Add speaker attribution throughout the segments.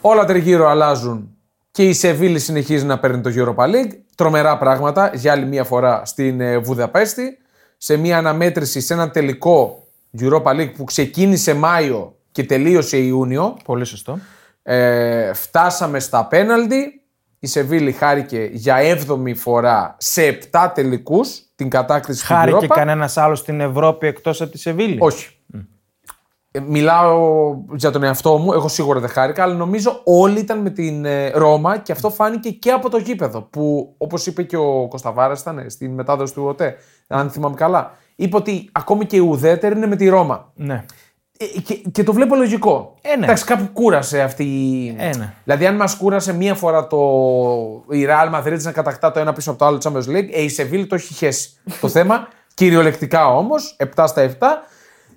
Speaker 1: Όλα τριγύρω αλλάζουν και η Σεβίλη συνεχίζει να παίρνει το Europa League. Τρομερά πράγματα για άλλη μία φορά στην ε, Βουδαπέστη. Σε μία αναμέτρηση, σε ένα τελικό Europa League που ξεκίνησε Μάιο και τελείωσε Ιούνιο.
Speaker 2: Πολύ σωστό.
Speaker 1: Ε, φτάσαμε στα πέναλτι. Η Σεβίλη χάρηκε για 7η φορά σε 7 τελικούς την κατάκτηση του
Speaker 2: Χάρη
Speaker 1: Europa.
Speaker 2: και κανένας άλλος στην Ευρώπη εκτός από τη Σεβίλη.
Speaker 1: Όχι. Ε, μιλάω για τον εαυτό μου. Εγώ σίγουρα δεν χάρηκα, αλλά νομίζω όλοι ήταν με την ε, Ρώμα και αυτό φάνηκε και από το γήπεδο. Που όπως είπε και ο Κωνσταβάρα, ήταν στην μετάδοση του ΟΤΕ, αν θυμάμαι καλά. Είπε ότι ακόμη και η ουδέτερη είναι με τη Ρώμα.
Speaker 2: Ναι.
Speaker 1: Ε, και, και το βλέπω λογικό.
Speaker 2: Ε, ναι.
Speaker 1: Εντάξει, κάπου κούρασε αυτή η.
Speaker 2: Ε, ναι.
Speaker 1: Δηλαδή, αν μας κούρασε μία φορά το... η Real Madrid να κατακτά το ένα πίσω από το άλλο του Champions League, ε, η Σεβίλη το έχει χέσει το θέμα. Κυριολεκτικά όμως, 7 στα 7.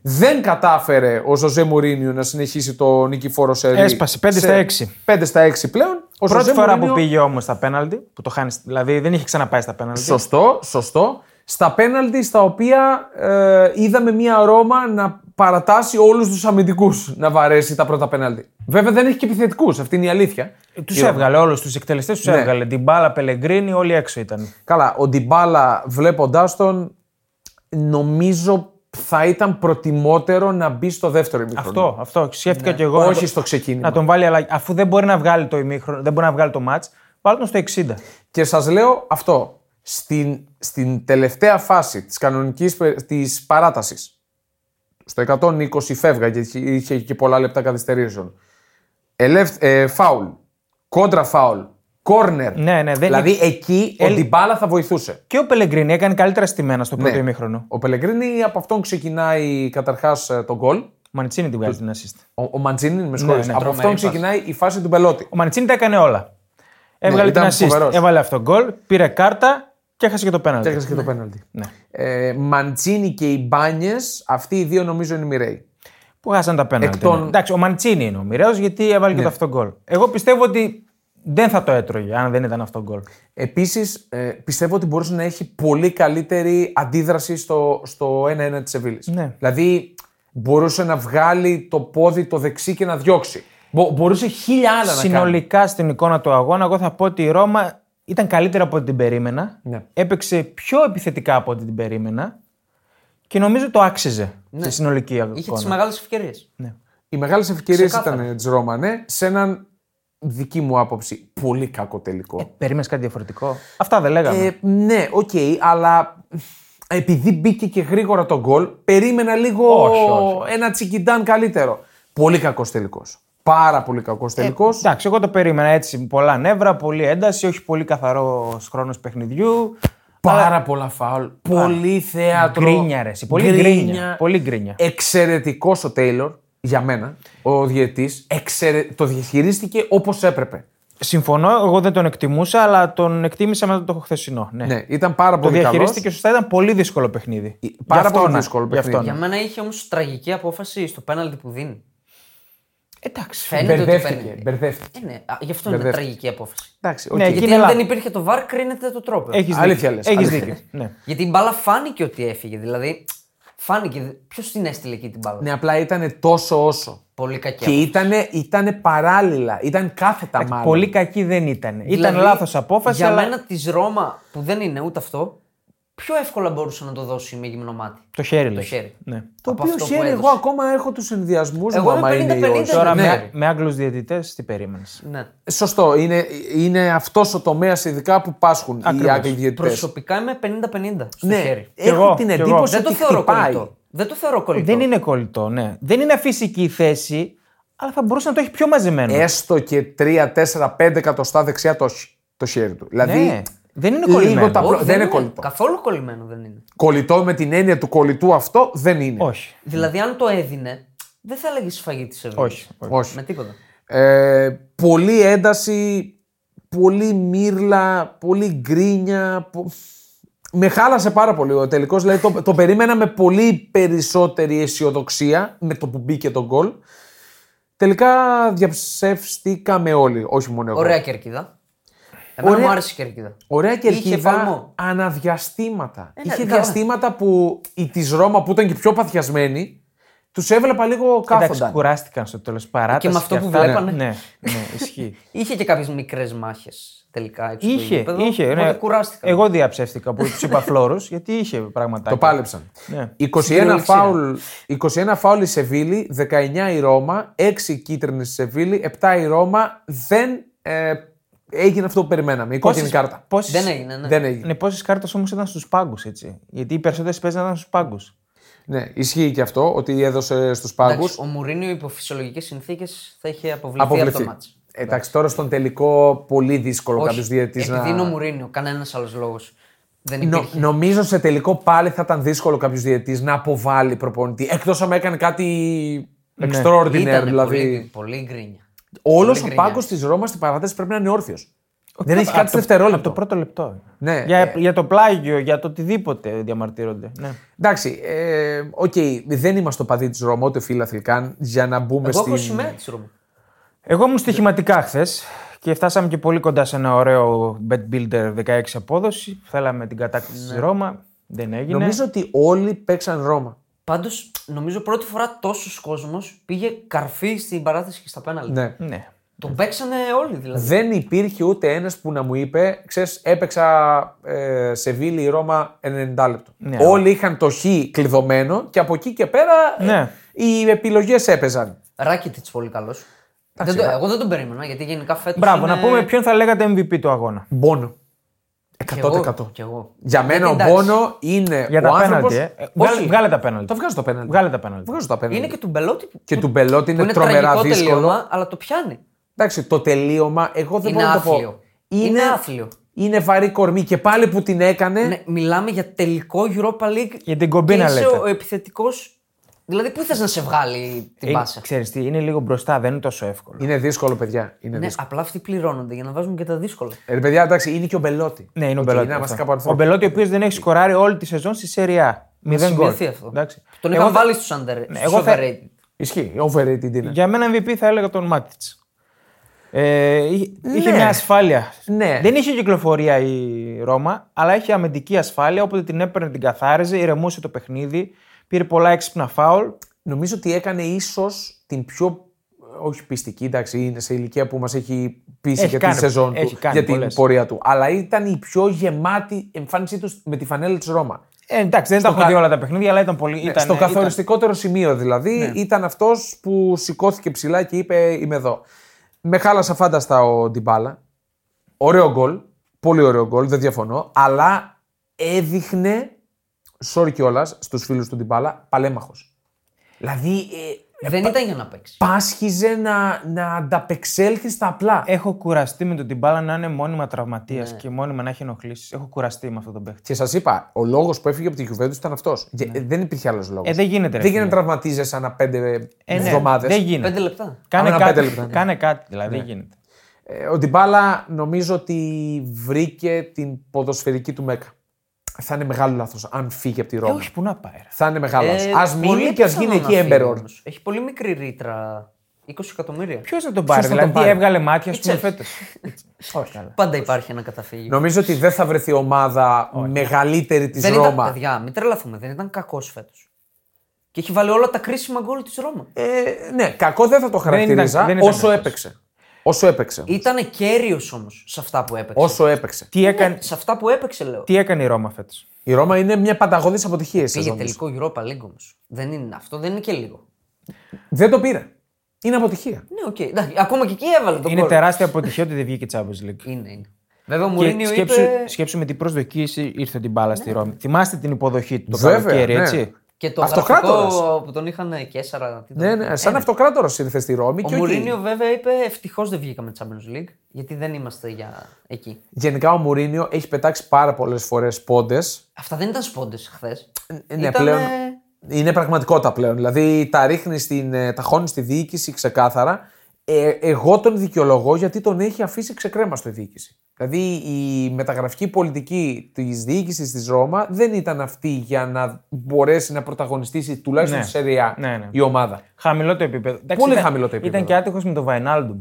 Speaker 1: Δεν κατάφερε ο Ζωζέ Μουρίνιο να συνεχίσει το νικηφόρο σερί.
Speaker 2: Έσπασε, πέντε
Speaker 1: σε
Speaker 2: στα έξι.
Speaker 1: 5 στα 6 πλέον. Ο
Speaker 2: Πρώτη
Speaker 1: Ζωζέ
Speaker 2: φορά
Speaker 1: Μουρίνιο-
Speaker 2: που πήγε όμως στα πέναλτι, που το χάνεις, δηλαδή δεν είχε ξαναπάει στα πέναλτι.
Speaker 1: Σωστό, σωστό. Στα πέναλτι στα οποία ε, είδαμε μια Ρώμα να παρατάσει όλους τους αμυντικούς να βαρέσει τα πρώτα πέναλτι. Βέβαια δεν έχει και επιθετικούς, αυτή είναι η αλήθεια.
Speaker 2: Τους Ε, έβγαλε όλους, τους εκτελεστές τους
Speaker 1: Ναι.
Speaker 2: έβγαλε. Την μπάλα, Πελεγκρίνη, όλοι έξω ήταν.
Speaker 1: Καλά, ο Ντιμπάλα βλέποντάς τον νομίζω θα ήταν προτιμότερο να μπει στο δεύτερο ημίχρονο.
Speaker 2: Αυτό, αυτό. Σκέφτηκα και εγώ. να
Speaker 1: Ναι. Όχι
Speaker 2: το-
Speaker 1: στο ξεκίνημα.
Speaker 2: Να τον βάλει, αλλά αφού δεν μπορεί να βγάλει το ημίχρονο, δεν μπορεί να βγάλει το μάτ, βάλει τον στο 60.
Speaker 1: Και σας λέω αυτό. Στην, στην τελευταία φάση της κανονικής πε- της παράτασης, στο 120 φεύγα και είχε και πολλά λεπτά καθυστερήσεων. Ελευ- ε, φάουλ, κόντρα φάουλ, κόρνερ.
Speaker 2: Ναι, ναι, δεν
Speaker 1: δηλαδή εκεί ο
Speaker 2: Ελ-
Speaker 1: Ντιμπάλα θα βοηθούσε.
Speaker 2: Και ο Πελεγκρίνη έκανε καλύτερα στημένα στο πρώτο
Speaker 1: Ναι.
Speaker 2: ημίχρονο.
Speaker 1: Ο Πελεγκρίνη από αυτόν ξεκινάει καταρχάς ε, τον γκολ.
Speaker 2: Ο Μανιτσίνη την βγάζει την assist.
Speaker 1: Ο, ο Μαντζίνη, με συγχωρείς.
Speaker 2: ναι,
Speaker 1: από
Speaker 2: τρομερή
Speaker 1: αυτόν
Speaker 2: φάση. Ναι,
Speaker 1: ξεκινάει η φάση του Μπελότη.
Speaker 2: Ο Μανιτσίνη τα έκανε όλα. Έβγαλε
Speaker 1: Ναι, ήταν
Speaker 2: την assist,
Speaker 1: φοβερός.
Speaker 2: έβαλε αυτό γκολ, πήρε κάρτα και έχασε και το πέναλτι.
Speaker 1: Έχασε και το πέναλτι.
Speaker 2: Ναι.
Speaker 1: Ε, Μαντζίνη και οι Μπάνιες, αυτοί οι δύο νομίζω είναι μοιραίοι.
Speaker 2: Που χάσαν τα πέναλτι.
Speaker 1: Εκ των- Ναι.
Speaker 2: ναι. Εντάξει, ο Μαντσίνη είναι ο μοιραίος γιατί έβαλε και το αυτό γκολ. Εγώ πιστεύω ότι δεν θα το έτρωγε αν δεν ήταν αυτό γκολ.
Speaker 1: Επίσης, ε, πιστεύω ότι μπορούσε να έχει πολύ καλύτερη αντίδραση στο, στο 1-1 της Σεβίλης.
Speaker 2: Ναι.
Speaker 1: Δηλαδή, μπορούσε να βγάλει το πόδι το δεξί και να διώξει. Μπο- μπορούσε χίλια άλλα να κάνει.
Speaker 2: Συνολικά στην εικόνα του αγώνα, εγώ θα πω ότι η Ρώμα ήταν καλύτερα από ό,τι την περίμενα.
Speaker 1: Ναι.
Speaker 2: Έπαιξε πιο επιθετικά από ό,τι την περίμενα και νομίζω το άξιζε
Speaker 1: Ναι.
Speaker 2: τη συνολική εικόνα.
Speaker 3: Είχε τις μεγάλες ευκαιρίες.
Speaker 1: Οι μεγάλες ευκαιρίες
Speaker 3: Ξεκάθαρα.
Speaker 1: ήταν της Ρώμα, ναι, σε έναν δική μου άποψη πολύ κακό τελικό.
Speaker 2: Περίμενες κάτι διαφορετικό. Αυτά δεν λέγαμε.
Speaker 1: Ε, ναι, οκ, αλλά επειδή μπήκε και γρήγορα το γκολ, περίμενα λίγο
Speaker 2: Όχι, όχι.
Speaker 1: ένα τσικιντάν καλύτερο. Ε, Πολύ κακός τελικός. Πάρα πολύ κακός τελικός.
Speaker 2: Εντάξει, εγώ το περίμενα έτσι. Πολλά νεύρα, πολλή ένταση, όχι πολύ καθαρός χρόνος παιχνιδιού.
Speaker 1: Πάρα πολλά φάουλ. Πολύ θέατρο.
Speaker 2: Γκρίνια, ρε, εσύ, πολύ γκρίνια, Ε, πολύ γκρίνια.
Speaker 1: Εξαιρετικός ο Τέιλορ για μένα, ο διαιτή. Το διαχειρίστηκε όπως έπρεπε.
Speaker 2: Συμφωνώ, εγώ δεν τον εκτιμούσα, αλλά τον εκτίμησα μετά το χθεσινό. Ναι.
Speaker 1: Ναι, ήταν πάρα
Speaker 2: Το
Speaker 1: πολύ καλός.
Speaker 2: διαχειρίστηκε σωστά, ήταν πολύ δύσκολο παιχνίδι.
Speaker 1: πάρα
Speaker 2: Γι' αυτό
Speaker 1: πολύ
Speaker 2: να-
Speaker 1: δύσκολο
Speaker 2: γι' αυτό
Speaker 1: παιχνίδι.
Speaker 2: να.
Speaker 3: Για μένα είχε όμως τραγική απόφαση στο πέναλτι που δίνει.
Speaker 2: Εντάξει.
Speaker 3: Φαίνεται ότι
Speaker 1: Μπερδεύτηκε.
Speaker 3: παίρνει.
Speaker 1: μπερδεύτηκε.
Speaker 3: Ε, ναι. Α, γι' αυτό είναι
Speaker 1: Μπερδεύτηκε.
Speaker 3: τραγική απόφαση.
Speaker 1: Εντάξει, οκ.
Speaker 2: Ναι, εκεί-
Speaker 3: Γιατί
Speaker 2: είναι
Speaker 3: αν
Speaker 2: λάθος.
Speaker 3: δεν υπήρχε το βαρ, κρίνεται το τρόπο.
Speaker 2: Έχεις
Speaker 1: Αλήθεια
Speaker 2: δίκιο.
Speaker 1: λες,
Speaker 2: Έχεις
Speaker 1: αλήθεια.
Speaker 2: δίκιο. Ναι.
Speaker 3: Γιατί η μπάλα φάνηκε ότι έφυγε. Δηλαδή, φάνηκε. Ποιος την έστειλε εκεί την μπάλα.
Speaker 1: Ναι, απλά ήταν τόσο όσο.
Speaker 3: Πολύ κακή.
Speaker 1: Και ήτανε, ήτανε παράλληλα, ήταν κάθετα μάλλον.
Speaker 2: Πολύ κακή δεν ήταν.
Speaker 3: Δηλαδή,
Speaker 2: ήταν λάθος απόφαση.
Speaker 3: Για
Speaker 2: αλλά...
Speaker 3: μένα της Ρώμα που δεν είναι ούτε αυτό, πιο εύκολα μπορούσε να το δώσει με γυμνό μάτι.
Speaker 2: Το χέρι, λες.
Speaker 3: χέρι.
Speaker 2: Ναι.
Speaker 1: Το
Speaker 3: από
Speaker 1: οποίο
Speaker 3: αυτό που
Speaker 1: χέρι, εγώ
Speaker 3: έδωσε.
Speaker 1: ακόμα έχω τους ενδιασμούς μου.
Speaker 3: Εγώ είμαι
Speaker 1: άμα είναι ή
Speaker 3: 50-50.
Speaker 1: όχι.
Speaker 2: Τώρα
Speaker 3: Ναι.
Speaker 2: με, με Άγγλους διαιτητές τι περίμενες.
Speaker 3: Ναι.
Speaker 1: Σωστό, είναι, είναι αυτός ο τομέας ειδικά που πάσχουν οι
Speaker 2: Ακριβώς.
Speaker 1: Άγγλοι διαιτητές.
Speaker 3: Προσωπικά είμαι 50-50 στο
Speaker 1: Ναι,
Speaker 3: χέρι.
Speaker 1: έχω
Speaker 2: εγώ,
Speaker 1: την
Speaker 2: κι εγώ.
Speaker 1: εντύπωση
Speaker 3: Δεν το
Speaker 1: ότι
Speaker 3: θεωρώ
Speaker 1: χτυπάει.
Speaker 3: κολλητό. Δεν το θεωρώ κολλητό.
Speaker 2: Δεν είναι κολλητό, ναι. Δεν είναι φυσική η θέση, αλλά θα μπορούσε να το έχει πιο μαζεμένο.
Speaker 1: Έστω και 3, 4, 5 εκατοστά δεξιά το, χ- το χέρι του. Δηλαδή,
Speaker 2: ναι. Δεν είναι
Speaker 1: λίγο
Speaker 2: κολλημένο.
Speaker 1: τα-
Speaker 3: Όχι,
Speaker 1: απλό- δεν είναι κολλητό.
Speaker 3: Καθόλου κολλημένο δεν είναι.
Speaker 1: κολλητό με την έννοια του κολλητού αυτό δεν είναι.
Speaker 2: Όχι.
Speaker 3: Δηλαδή, αν το έδινε, δεν θα έλεγες σφαγή της Ευρώπης.
Speaker 2: Όχι. όχι.
Speaker 1: Όχι.
Speaker 3: Με τίποτα.
Speaker 1: Ε, πολύ ένταση, πολύ μύρλα, πολύ γκρίνια. πο- Με χάλασε πάρα πολύ ο τελικός. Δηλαδή το, το περίμενα με πολύ περισσότερη αισιοδοξία με το που μπήκε το γκολ. Τελικά διαψεύστηκαμε όλοι, όχι μόνο εγώ.
Speaker 3: Ωραία κερκίδα. Εμένα
Speaker 1: Ωραία.
Speaker 3: μου άρεσε η κερκίδα.
Speaker 1: Ωραία
Speaker 3: Είχε
Speaker 1: κερκίδα
Speaker 3: παλμό.
Speaker 1: αναδιαστήματα.
Speaker 3: Ε,
Speaker 1: Είχε
Speaker 3: καλά.
Speaker 1: διαστήματα που η της Ρώμα που ήταν και πιο παθιασμένη Τους έβλεπα λίγο
Speaker 2: Εντάξει,
Speaker 1: κάθοντα.
Speaker 2: κουράστηκαν στο τέλος παράταση.
Speaker 3: Και με αυτό που
Speaker 2: αυτά.
Speaker 3: βλέπανε.
Speaker 2: Ναι, ναι, ναι, ισχύει.
Speaker 3: Είχε και κάποιες μικρές μάχες τελικά. Έξω
Speaker 2: είχε,
Speaker 3: το γήπεδο,
Speaker 2: είχε.
Speaker 3: οπότε
Speaker 2: Ναι.
Speaker 3: κουράστηκα.
Speaker 2: Εγώ διαψεύτηκα που τους είπα φλόρους, γιατί είχε πραγματάκια.
Speaker 1: Το πάλεψαν.
Speaker 2: Ναι.
Speaker 1: 21
Speaker 3: Στην
Speaker 1: φάουλ, 21 φάουλ η Σεβίλη, 19 η Ρώμα, 6 κίτρινες η Σεβίλη, 7 η Ρώμα. Δεν ε, έγινε αυτό που περιμέναμε. Η κόκκινη κάρτα.
Speaker 2: Πόσες,
Speaker 3: Δεν έγινε, ναι.
Speaker 1: Δεν έγινε.
Speaker 2: Ναι, πόσες κάρτες όμως ήταν στους πάγκους, έτσι. Γιατί οι περισσότερες παίζανε στους πάγκους.
Speaker 1: Ναι, ισχύει και αυτό ότι έδωσε στους πάγου.
Speaker 3: Εντάξει, ο Μουρίνιο υπό φυσιολογικές συνθήκες θα είχε αποβληθεί, από το
Speaker 1: Αποβληθεί.
Speaker 3: μάτς.
Speaker 1: Εντάξει, τώρα στον τελικό πολύ δύσκολο κάποιο διαιτητή
Speaker 3: επειδή
Speaker 1: να.
Speaker 3: είναι ο Μουρίνιο, κανένας άλλος λόγος. Δεν
Speaker 1: Νο-
Speaker 3: υπήρχε.
Speaker 1: νομίζω σε τελικό πάλι θα ήταν δύσκολο κάποιος διαιτητή να αποβάλει προπονητή. Εκτός αν έκανε κάτι extraordinary.
Speaker 3: Ναι. Ήτανε
Speaker 1: δηλαδή.
Speaker 3: πολύ, πολύ γκρίνια.
Speaker 1: Όλος
Speaker 3: πολύ
Speaker 1: ο
Speaker 3: γκρινιά.
Speaker 1: πάγκος της Ρώμας στην παράταση πρέπει να είναι όρθιος. Δεν έχει κάτι δευτερόλεπτο.
Speaker 2: Από το πρώτο λεπτό.
Speaker 1: Ναι,
Speaker 2: για,
Speaker 1: ε.
Speaker 2: για το πλάγιο, για το οτιδήποτε διαμαρτύρονται. Ναι.
Speaker 1: Εντάξει, ε, οκ, δεν είμαστε το παδί της Ρώμα, ούτε φίλαθλοι καν, για να μπούμε
Speaker 3: Εγώ έχω
Speaker 1: στην.
Speaker 3: σημαία της Ρώμη.
Speaker 2: Εγώ ήμουν στοιχηματικά χθες και φτάσαμε και πολύ κοντά σε ένα ωραίο bet builder 16 απόδοση. Θέλαμε την
Speaker 3: Ναι.
Speaker 2: κατάκτηση της Ρώμα. Δεν έγινε.
Speaker 1: Νομίζω ότι όλοι παίξαν Ρώμα.
Speaker 3: Πάντως, νομίζω πρώτη φορά τόσος κόσμος πήγε καρφί στην παράθεση και στα πέναλτι.
Speaker 1: Ναι.
Speaker 2: Ναι.
Speaker 3: Τον παίξανε όλοι δηλαδή.
Speaker 1: Δεν υπήρχε ούτε ένας που να μου είπε, ξέρεις, έπαιξα ε, σε Βίλη η Ρώμα 90 λεπτό.
Speaker 2: Ναι.
Speaker 1: Όλοι είχαν το χ κλειδωμένο και από εκεί και πέρα ε,
Speaker 2: Ναι.
Speaker 1: οι επιλογές έπαιζαν.
Speaker 3: Ράκιτιτ πολύ καλός.
Speaker 1: Ρά-
Speaker 3: Εγώ δεν τον περίμενα γιατί γενικά φέτος.
Speaker 2: Μπράβο, να πούμε ποιον θα λέγατε MVP του αγώνα.
Speaker 1: Μπόνο. 100%.
Speaker 3: Κι εγώ.
Speaker 1: Για μένα
Speaker 3: Γιατί
Speaker 1: ο
Speaker 3: εντάξει,
Speaker 1: Μπόνο είναι
Speaker 2: Για
Speaker 1: ο
Speaker 2: τα
Speaker 1: άνθρωπο.
Speaker 2: πέναλτι. Ε. Ε, Βγάλε, βγάλε τα πέναλτι.
Speaker 1: Το βγάζω το πέναλτι.
Speaker 2: Βγάλε τα πέναλτι.
Speaker 1: Βγάζω τα πέναλτι.
Speaker 3: Είναι και του Μπελότη που,
Speaker 1: Και του Μπελότη είναι,
Speaker 3: που είναι
Speaker 1: τρομερά
Speaker 3: τραγικό
Speaker 1: δύσκολο.
Speaker 3: τελείωμα, αλλά το πιάνει.
Speaker 1: Εντάξει, το τελείωμα, εγώ δεν
Speaker 3: Είναι
Speaker 1: μπορώ να το πω.
Speaker 3: άθλιο. Είναι άθλιο.
Speaker 1: Είναι βαρύ κορμί και πάλι που την έκανε.
Speaker 3: Ναι, μιλάμε για τελικό Europa League.
Speaker 2: Ε. Για την κομπίνα
Speaker 3: και είσαι
Speaker 2: λέτε.
Speaker 3: ο επιθετικός. Δηλαδή, πού θες να σε βγάλει την
Speaker 2: Ε, Είναι,
Speaker 3: πάσα.
Speaker 2: ξέρεις τι, είναι λίγο μπροστά, δεν είναι τόσο εύκολο.
Speaker 1: Είναι δύσκολο, παιδιά. Είναι
Speaker 3: Ναι,
Speaker 1: δύσκολο.
Speaker 3: απλά αυτοί πληρώνονται για να βάζουν και τα δύσκολα.
Speaker 1: Ε, ρε, παιδιά, εντάξει, είναι και ο Μπελότη.
Speaker 2: Ναι, είναι ο
Speaker 1: Ε, Οκ,
Speaker 2: Μπελότη.
Speaker 1: Να είμαστε
Speaker 2: αυτό.
Speaker 1: κάπου
Speaker 2: ο
Speaker 1: αρθρό.
Speaker 2: Μπελότη, ο οποίος δεν έχει σκοράρει όλη τη σεζόν στη Σεριά. Μηδέν γκολ.
Speaker 3: Θυμηθεί αυτό.
Speaker 2: Εντάξει.
Speaker 3: Τον
Speaker 2: Εγώ
Speaker 3: είχα
Speaker 2: θα-
Speaker 3: βάλει στους under.
Speaker 2: Ναι,
Speaker 3: Ναι,
Speaker 2: εγώ θα-
Speaker 1: Ισχύει. Overrated είναι.
Speaker 2: Για μένα MVP θα έλεγα τον Μάτιτ. Ε, είχε- είχε μια ασφάλεια.
Speaker 1: Ναι.
Speaker 2: Δεν είχε κυκλοφορία η Ρώμα, αλλά είχε αμυντική ασφάλεια. Όποτε την έπαιρνε, την καθάριζε, ηρεμούσε το παιχνίδι, πήρε πολλά έξυπνα φάουλ.
Speaker 1: Νομίζω ότι έκανε ίσως την πιο. Όχι πιστική, εντάξει, είναι σε ηλικία που μας έχει πείσει
Speaker 2: Έχει
Speaker 1: για
Speaker 2: κάνει-
Speaker 1: τη σεζόν
Speaker 2: έχει
Speaker 1: του,
Speaker 2: κάνει
Speaker 1: για την
Speaker 2: πολλές.
Speaker 1: πορεία του. Αλλά ήταν η πιο γεμάτη εμφάνισή τους με τη φανέλα της Ρώμα.
Speaker 2: Ε, εντάξει, δεν τα έχω
Speaker 1: κα- Ναι,
Speaker 2: δει όλα τα παιχνίδια, αλλά ήταν πολύ. ήταν,
Speaker 1: στο
Speaker 2: ήταν- Ναι.
Speaker 1: καθοριστικότερο σημείο δηλαδή ήταν αυτός που σηκώθηκε ψηλά και είπε: Είμαι εδώ. Με χάλασε φάνταστα ο Ντιμπάλα. Ωραίο γκολ. Πολύ ωραίο γκολ, δεν διαφωνώ. Αλλά έδειχνε, sorry κιόλας, στους φίλους του Ντιμπάλα, παλέμαχος. Δηλαδή ε,
Speaker 3: Δεν ήταν για να παίξει.
Speaker 1: πάσχιζε να, να ανταπεξέλθει στα απλά.
Speaker 2: Έχω κουραστεί με τον Τιμπάλα να είναι μόνιμα τραυματίας
Speaker 1: Ναι.
Speaker 2: και μόνιμα να έχει ενοχλήσει. Έχω κουραστεί με αυτόν τον παίχτη.
Speaker 1: Και σας είπα, ο λόγος που έφυγε από την Juventus ήταν αυτός. Δεν υπήρχε άλλος λόγος.
Speaker 2: Ναι. Ε, δεν γίνεται. ρε
Speaker 1: δεν γίνεται
Speaker 2: φίλε.
Speaker 1: να τραυματίζεσαι ανά πέντε
Speaker 2: Ε, ναι,
Speaker 1: εβδομάδες.
Speaker 2: Δεν γίνεται.
Speaker 3: Πέντε λεπτά.
Speaker 2: Κάνε
Speaker 1: Ανά πέντε
Speaker 2: κάτι,
Speaker 1: λεπτά, ναι.
Speaker 2: κάνε κάτι, δηλαδή δεν γίνεται.
Speaker 1: Ε, Ο Ντιμπάλα νομίζω ότι βρήκε την ποδοσφαιρική του Μέκα. Θα είναι μεγάλο λάθος αν φύγει από τη
Speaker 2: Ε,
Speaker 1: Ρώμη.
Speaker 2: όχι, που να πάει. ρε.
Speaker 1: Θα είναι μεγάλο λάθο.
Speaker 3: Ε,
Speaker 1: Ας μείνει
Speaker 3: πολύ
Speaker 1: και ας
Speaker 3: πιθανό
Speaker 1: γίνει
Speaker 3: να
Speaker 1: εκεί
Speaker 3: φύγει
Speaker 1: έμπερο.
Speaker 3: όμως. Έχει πολύ μικρή ρήτρα. 20 εκατομμύρια.
Speaker 2: Ποιος να τον πάρει,
Speaker 1: θα τον
Speaker 2: δηλαδή
Speaker 1: πάρει?
Speaker 2: έβγαλε μάτια, ας πούμε,
Speaker 3: Chelsea.
Speaker 2: φέτο. Όχι, καλά.
Speaker 3: Πάντα υπάρχει ένα καταφύγιο.
Speaker 1: Νομίζω ότι δεν θα βρεθεί ομάδα μεγαλύτερη της
Speaker 3: Δεν ήταν,
Speaker 1: Ρώμα.
Speaker 3: παιδιά, μην τρελαθούμε, δεν ήταν κακός φέτος. Και έχει βάλει όλα τα κρίσιμα γκολ της Ρώμα.
Speaker 1: Ε, ναι, κακό δεν θα το χαρακτηρίζα
Speaker 2: δεν ήταν
Speaker 1: όσο
Speaker 2: κακός.
Speaker 1: έπαιξε. Όσο έπαιξε.
Speaker 3: Ήταν κέριος όμως σε αυτά που έπαιξε.
Speaker 1: Όσο έπαιξε.
Speaker 2: Τι έκανε,
Speaker 3: Σε αυτά που έπαιξε, λέω.
Speaker 2: τι έκανε η Ρώμα φέτος.
Speaker 1: Η Ρώμα είναι μια πανταγώδης αποτυχία. στη
Speaker 3: Πήγε
Speaker 1: σεζόν της.
Speaker 3: τελικό Europa League όμως. Δεν είναι αυτό, δεν είναι και λίγο.
Speaker 1: Δεν το πήρε. Είναι αποτυχία.
Speaker 3: Ναι, οκ. εντάξει, Ακόμα και εκεί έβαλε τον
Speaker 2: Είναι
Speaker 3: γκολ.
Speaker 2: τεράστια αποτυχία ότι δεν βγήκε η Champions League.
Speaker 3: Είναι, είναι. Βέβαια ο
Speaker 2: Και
Speaker 3: Μουρίνιο
Speaker 2: σκέψου,
Speaker 3: είπε.
Speaker 2: σκέψου με τι προσδοκίες ήρθε την μπάλα στη Ρώμη. Θυμάστε την υποδοχή του το
Speaker 1: Ναι. Βέβαια,
Speaker 2: καλοκαίρι,
Speaker 1: ναι.
Speaker 2: έτσι.
Speaker 3: Και το
Speaker 1: Αυτοκράτορας.
Speaker 3: γραφικό που τον είχαν και έσσαρα. τι ήταν.
Speaker 1: Ναι, ναι, σαν αυτοκράτορας ήρθε στη Ρώμη.
Speaker 3: Ε, Ο
Speaker 1: και οκ.
Speaker 3: Μουρίνιο βέβαια είπε ευτυχώς δεν βγήκαμε Champions League γιατί δεν είμαστε για εκεί.
Speaker 1: Γενικά ο Μουρίνιο έχει πετάξει πάρα πολλές φορές πόντες
Speaker 3: Αυτά δεν ήταν σπόντες χθες.
Speaker 1: Ναι, πλέον. Είναι πραγματικότητα πλέον. Δηλαδή τα ρίχνει στην, ε, τα χώνει στη διοίκηση ξεκάθαρα. Ε, εγώ τον δικαιολογώ γιατί τον έχει αφήσει ξεκρέμα στο διοίκηση. Δηλαδή η μεταγραφική πολιτική της διοίκησης της Ρώμα δεν ήταν αυτή για να μπορέσει να πρωταγωνιστήσει τουλάχιστον
Speaker 2: Ναι.
Speaker 1: στη Σεριά
Speaker 2: Ναι, ναι.
Speaker 1: η ομάδα.
Speaker 2: Χαμηλό το επίπεδο. Εντάξει,
Speaker 1: Πολύ
Speaker 2: ήταν-
Speaker 1: χαμηλό το επίπεδο.
Speaker 2: Ήταν και άτυχος με τον Βαϊνάλντουμ.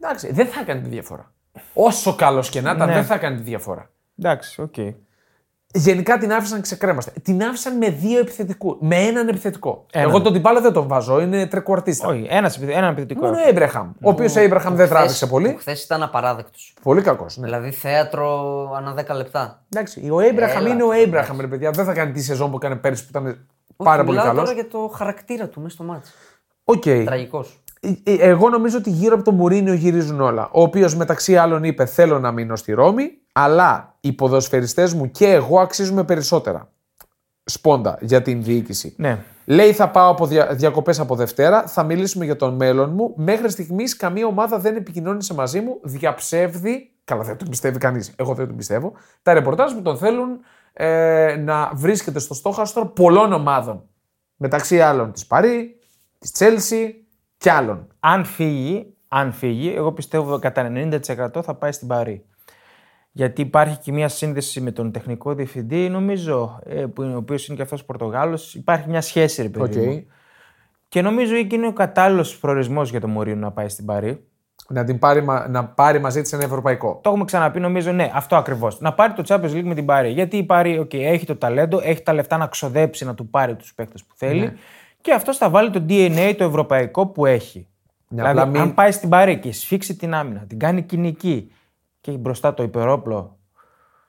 Speaker 1: Εντάξει, δεν θα κάνει τη διαφορά. Όσο καλός και να ήταν,
Speaker 2: Ναι.
Speaker 1: δεν θα κάνει τη διαφορά.
Speaker 2: Εντάξει, οκ.
Speaker 1: Γενικά την άφησαν ξεκρέμαστε. Την άφησαν με δύο επιθετικού. Με έναν επιθετικό.
Speaker 2: Έναν.
Speaker 1: Εγώ τον Τιμπάλα δεν τον βάζω, είναι τρεκουαρτίστα.
Speaker 2: Όχι, ένας, έναν επιθετικό.
Speaker 1: Μόνο ο Έμπρεχαμ. Ο οποίος Έμπρεχαμ δεν τράβηξε πολύ.
Speaker 3: Χθες ήταν απαράδεκτος.
Speaker 1: Πολύ κακός. Ναι.
Speaker 3: Δηλαδή θέατρο ανά 10 λεπτά.
Speaker 1: Εντάξει, ο Έμπραχαμ
Speaker 3: Έλα,
Speaker 1: είναι ο Έμπραχαμ, ρε παιδιά. Δεν θα κάνει τη σεζόν που έκανε πέρσι που ήταν πάρα
Speaker 3: Όχι,
Speaker 1: πολύ
Speaker 3: μιλάω
Speaker 1: καλό.
Speaker 3: τώρα για το χαρακτήρα του μέσα στο μάτι.
Speaker 1: Οκ.
Speaker 3: Τραγικός.
Speaker 1: Ε, ε, Εγώ νομίζω ότι γύρω από το Μουρίνιο γυρίζουν όλα. Ο οποίος μεταξύ άλλων είπε: Θέλω να μείνω στη Ρώμη, αλλά οι ποδοσφαιριστές μου και εγώ αξίζουμε περισσότερα. Σπόντα για την διοίκηση.
Speaker 2: Ναι.
Speaker 1: Λέει: Θα πάω από δια... διακοπές από Δευτέρα, θα μιλήσουμε για τον μέλλον μου. Μέχρι στιγμής καμία ομάδα δεν επικοινώνησε μαζί μου. Διαψεύδει. Καλά, δεν τον πιστεύει κανείς. Εγώ δεν τον πιστεύω. Τα ρεπορτάζ που τον θέλουν ε, να βρίσκεται στο στόχαστρο πολλών ομάδων. Μεταξύ άλλων της Παρή, της Τσέλσι και άλλων.
Speaker 2: Αν φύγει, αν φύγει, εγώ πιστεύω κατά 90% θα πάει στην Παρή. Γιατί υπάρχει και μια σύνδεση με τον τεχνικό διευθυντή, νομίζω, ε, που είναι, ο οποίος είναι και αυτός Πορτογάλος. Υπάρχει μια σχέση, ρε
Speaker 1: Οκ.
Speaker 2: παιδί. μου. Και νομίζω εκεί είναι ο κατάλληλος προορισμός για το Μωρίνο να πάει στην Παρή.
Speaker 1: Να, την πάρει, μα- να πάρει μαζί της ένα ευρωπαϊκό.
Speaker 2: Το έχουμε ξαναπεί, νομίζω, ναι, αυτό ακριβώς. Να πάρει το Champions League με την Πάρη. Γιατί η Πάρη οκ, έχει το ταλέντο, έχει τα λεφτά να ξοδέψει να του πάρει τους παίκτες που θέλει.
Speaker 1: Ναι.
Speaker 2: Και αυτό θα βάλει το DNA το ευρωπαϊκό που έχει.
Speaker 1: Ναι,
Speaker 2: δηλαδή,
Speaker 1: απλά μην-
Speaker 2: αν πάει στην Πάρη και σφίξει την άμυνα, την κάνει κοινική και έχει μπροστά το υπερόπλο